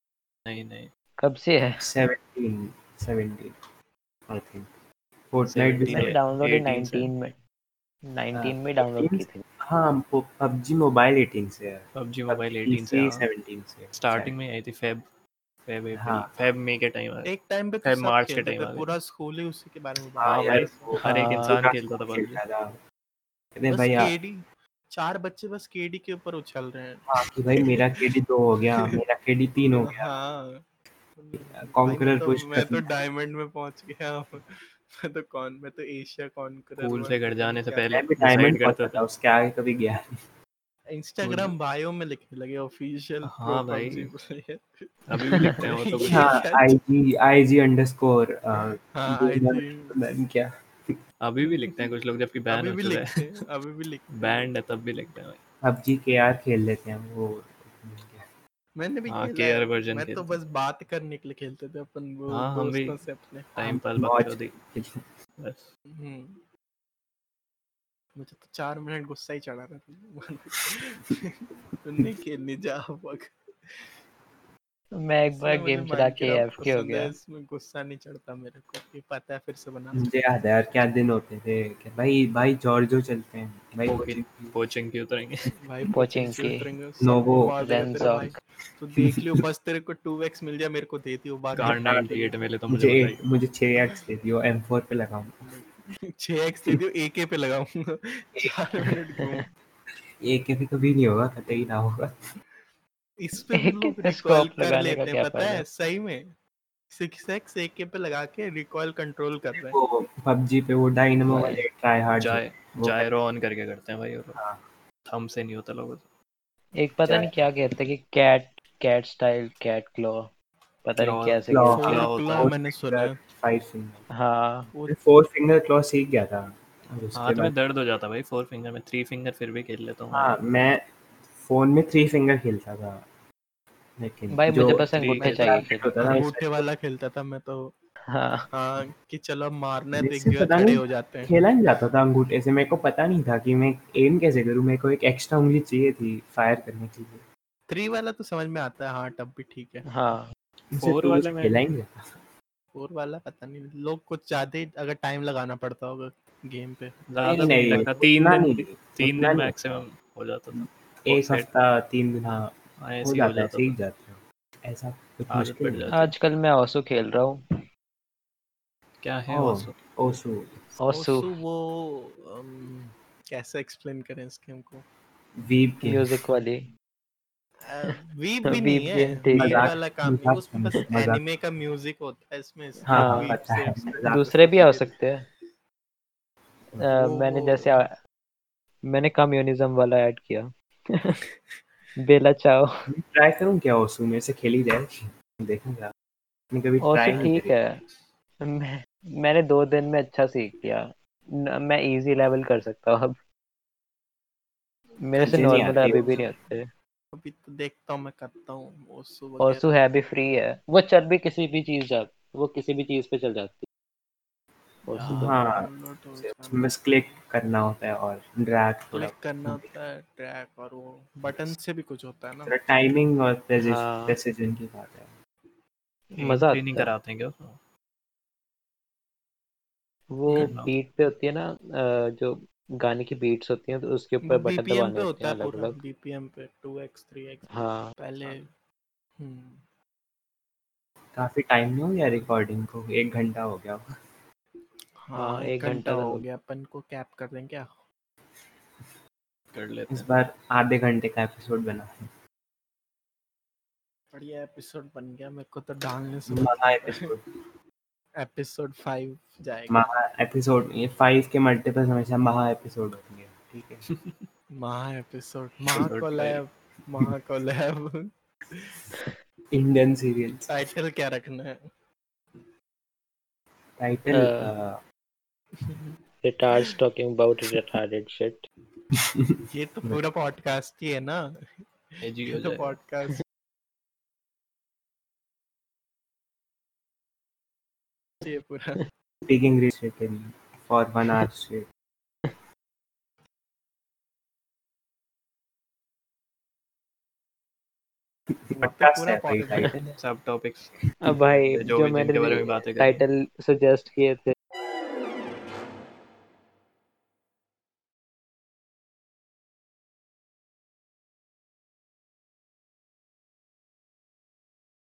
नहीं नहीं कब से है seventeen seventeen I think Fortnite भी 17 मैंने है, डाउनलोड ही 18 से। 19 में 19 में डाउनलोड की थी हाँ पबजी मोबाइल 18 से है पबजी मोबाइल मोबाइल 18 से हाँ, 17 से स्टार्टिंग में आई थी फेब फेब हाँ। फेब मई के टाइम आया एक टाइम पे तो खैर, सब मार्च के खेलते time आ थे गए। पूरा स्कूल ही उसी के बारे में हाँ, बात यार, हर एक हाँ, इंसान खेलता था पबजी खेलता था अरे बस भाई आ- केडी चार बच्चे बस केडी के ऊपर उछल रहे हैं हाँ कि भाई मेरा केडी दो हो गया मेरा केडी तीन हो गया हाँ भाई, मैं कॉन्करर तो पुश मैं तो डायमंड में पहुंच गया हूँ। मैं तो कौन मैं तो एशिया कॉन्करर School से घर जाने से पहले मैं भी decide डायमंड करता करता था उसके आगे कभी गया नहीं। इंस्टाग्राम बायो में लिखने लगे ऑफिशियल हाँ भाई। अभी भी लिखते हैं वो तो कुछ ये हाँ क्या- आईजी आईजी अंडरस्कोर हाँ दो आई बार- थिंक तो क्या अभी भी लिखते हैं कुछ लोग जबकि बैन अभी भी हो चुका है लिखते हैं अभी भी लिखते हैं। बैंड है तब भी लिखते हैं भाई पबजी के आर खेल लेते हैं वो मैंने भी हाँ खेला के है वर्जन मैं तो खेलते बस बात करने के लिए खेलते थे अपन वो हाँ, हम भी- दोस्तों से अपने टाइम पास मौज। बात कर दी बस हम्म। मुझे तो चार मिनट गुस्सा ही चढ़ा था तुमने खेलने जा वक्त मैं एक बार गेम चला के एफ के हो गया इसमें गुस्सा नहीं चढ़ता मेरे को ये पता है फिर से बना मुझे याद है यार क्या दिन होते थे कि भाई भाई जॉर्जो चलते हैं भाई ओके। कोचिंग की उतरेंगे सकते हैं। भाई कोचिंग कोचिंग के उतरेंगे, नोवो, सबको मार देगा तेरा भाई। रेंजॉक। तो देख लियो बस तेरे को 2x मिल जाए मेरे को दे दियो बाकी कार काट 98 मिले तो मुझे मुझे एक मुझे छः एक्स दे दियो एम फोर पे लगाऊंगा देंगे। 6x दे दियो AK पे लगाऊंगा चार मिनट घूम एक के भी कभी नहीं होगा कतई ही ना होगा इस पे AK लोग पे रिकॉल scope कर लगाने का लेते हैं क्या पता फायदा? है सही में 6x AK पे लगा के रिकॉल कंट्रोल कर रहे हैं वो पबजी पे वो डायनमो भाई, वाले ट्राई हार्ड जाए वो जायरो ऑन करके करते हैं भाई और हाँ। थम से नहीं होता लोगों से एक पता क्या- नहीं क्या कहते हैं कि cat cat style cat claw पता नहीं Claw, कैसे claw, कहते फोर हैं होता क्लॉ है। मैंने सुना है फाइव फिंगर हाँ वो फोर फिंगर क्लॉ सीख गया था और उसके हाथ में बाद दर्द हो जाता भाई फोर फिंगर में थ्री फिंगर फिर भी खेल लेता हूँ हाँ मैं फोन में थ्री फिंगर खेलता था लेकिन भाई जो मुझे बस अंगूठे ठीक चाहिए target खेलने। होता था अंगूठे उसमें वाला खेलता था मैं तो हाँ हाँ कि चलो मारना है तो एक जगह जैसे पता खड़े नहीं हो जाते हैं खेला नहीं जाता था अंगूठे से मेरे को पता नहीं था कि मैं एम कैसे करूँ मेरे को एक एक्स्ट्रा उंगली चाहिए थी फायर करने के लिए थ्री वाला तो समझ में आता है हाँ तब भी ठीक है हाँ मुझसे Four तो कुछ वाले में- खेला ही नहीं जाता फोर वाला पता नहीं लोग कुछ ज्यादा ही अगर टाइम लगाना पड़ता होगा गेम पे ज्यादा नहीं, नहीं लगता तीन उतना दिन नहीं तीन उतना दिन नहीं। मैक्सिमम हो जाता था एक Offside। हफ्ता तीन दिन हाँ हाँ, हो ऐसे ही हो जाता है जाता सीख था जाते हो ऐसा कुछ आदत मुश्किल पड़ नहीं जाती आजकल मैं ओसो खेल रहा हूँ क्या है ओह। औसत? ओसु ओसो ओसु वो अम, कैसे एक्सप्लेन करें इस गेम को वीप के म्यूजिक वाली वीप भी Weeb नहीं है game, ठीक वीप है। वाला काम नहीं मजाक उसमें बस मजाक। एनिमे का म्यूजिक होता है इसमें हाँ हाँ, Weeb पता से है उसमें मजाक। दूसरे भी आ सकते हैं अ, वो- मैंने वो- जैसे आ- मैंने कम्युनिज्म वाला ऐड किया बेला चाओ ट्राई करूँ क्या ओसु मेरे से खेली जाएगी देखूंगा मैं कभी ओसो ट्राई नहीं ठीक करी है मैं, मैंने दो दिन में अच्छा सीख लिया न, मैं इजी लेवल कर सकता हूँ अब मेरे से मुझे नहीं नॉर्मल आती अभी वो भी सब। नहीं होते अभी तो देखता हूँ मैं करता हूँ ओसु ओसो वगैरह है भी फ्री है वो चल भी किसी भी चीज जा वो किसी भी चीज पे चल जाती है ओसु तो हाँ, डाउनलोड हो जाता बस क्लिक करना होता है और ड्रैग थोड़ा क्लिक करना होता है ट्रैक और वो बटन से भी कुछ होता है ना थोड़ा टाइमिंग और हाँ। प्रेसिजन की बात है मजा Entry नहीं आता है कराते हैं क्या उसमें? वो करना। बीट पे होती है ना अ, जो गाने की बीट्स होती हैं तो उसके ऊपर वो बटन बीपीएम दबाने पे होते होता हैं है अलग पूरा अलग बीपीएम पे 2x 3x हाँ पहले हम्म, काफी टाइम नहीं हो गया रिकॉर्डिंग को एक घंटा हो गया होगा। हाँ, हाँ एक एक घंटा घंटा हो जरूर। गया अपन को कैप कर दें क्या कर लेते इस हैं बार आधे घंटे का एपिसोड बना है बढ़िया एपिसोड बन गया मेरे को तो डालने महा से एपिसोड एपिसोड फाइव जाएगा महा एपिसोड ये फाइव के मल्टीपल हमेशा महा एपिसोड होंगे ठीक है महा एपिसोड महाकोलैब महाकोलैब इंडियन सीरियल टाइटल क्या रखना है title uh, retards talking about retarded shit ये तो पूरा पॉडकास्ट ही है ना एजी ये हो तो जाएगा पॉडकास्ट ये पूरा speaking related for one hour straight podcast पूरा है भाई podcast टाइटल सब टॉपिक्स अब भाई जो जो भी जिनके बारे मैंने में बातें करेंगे टाइटल सजेस्ट किए थे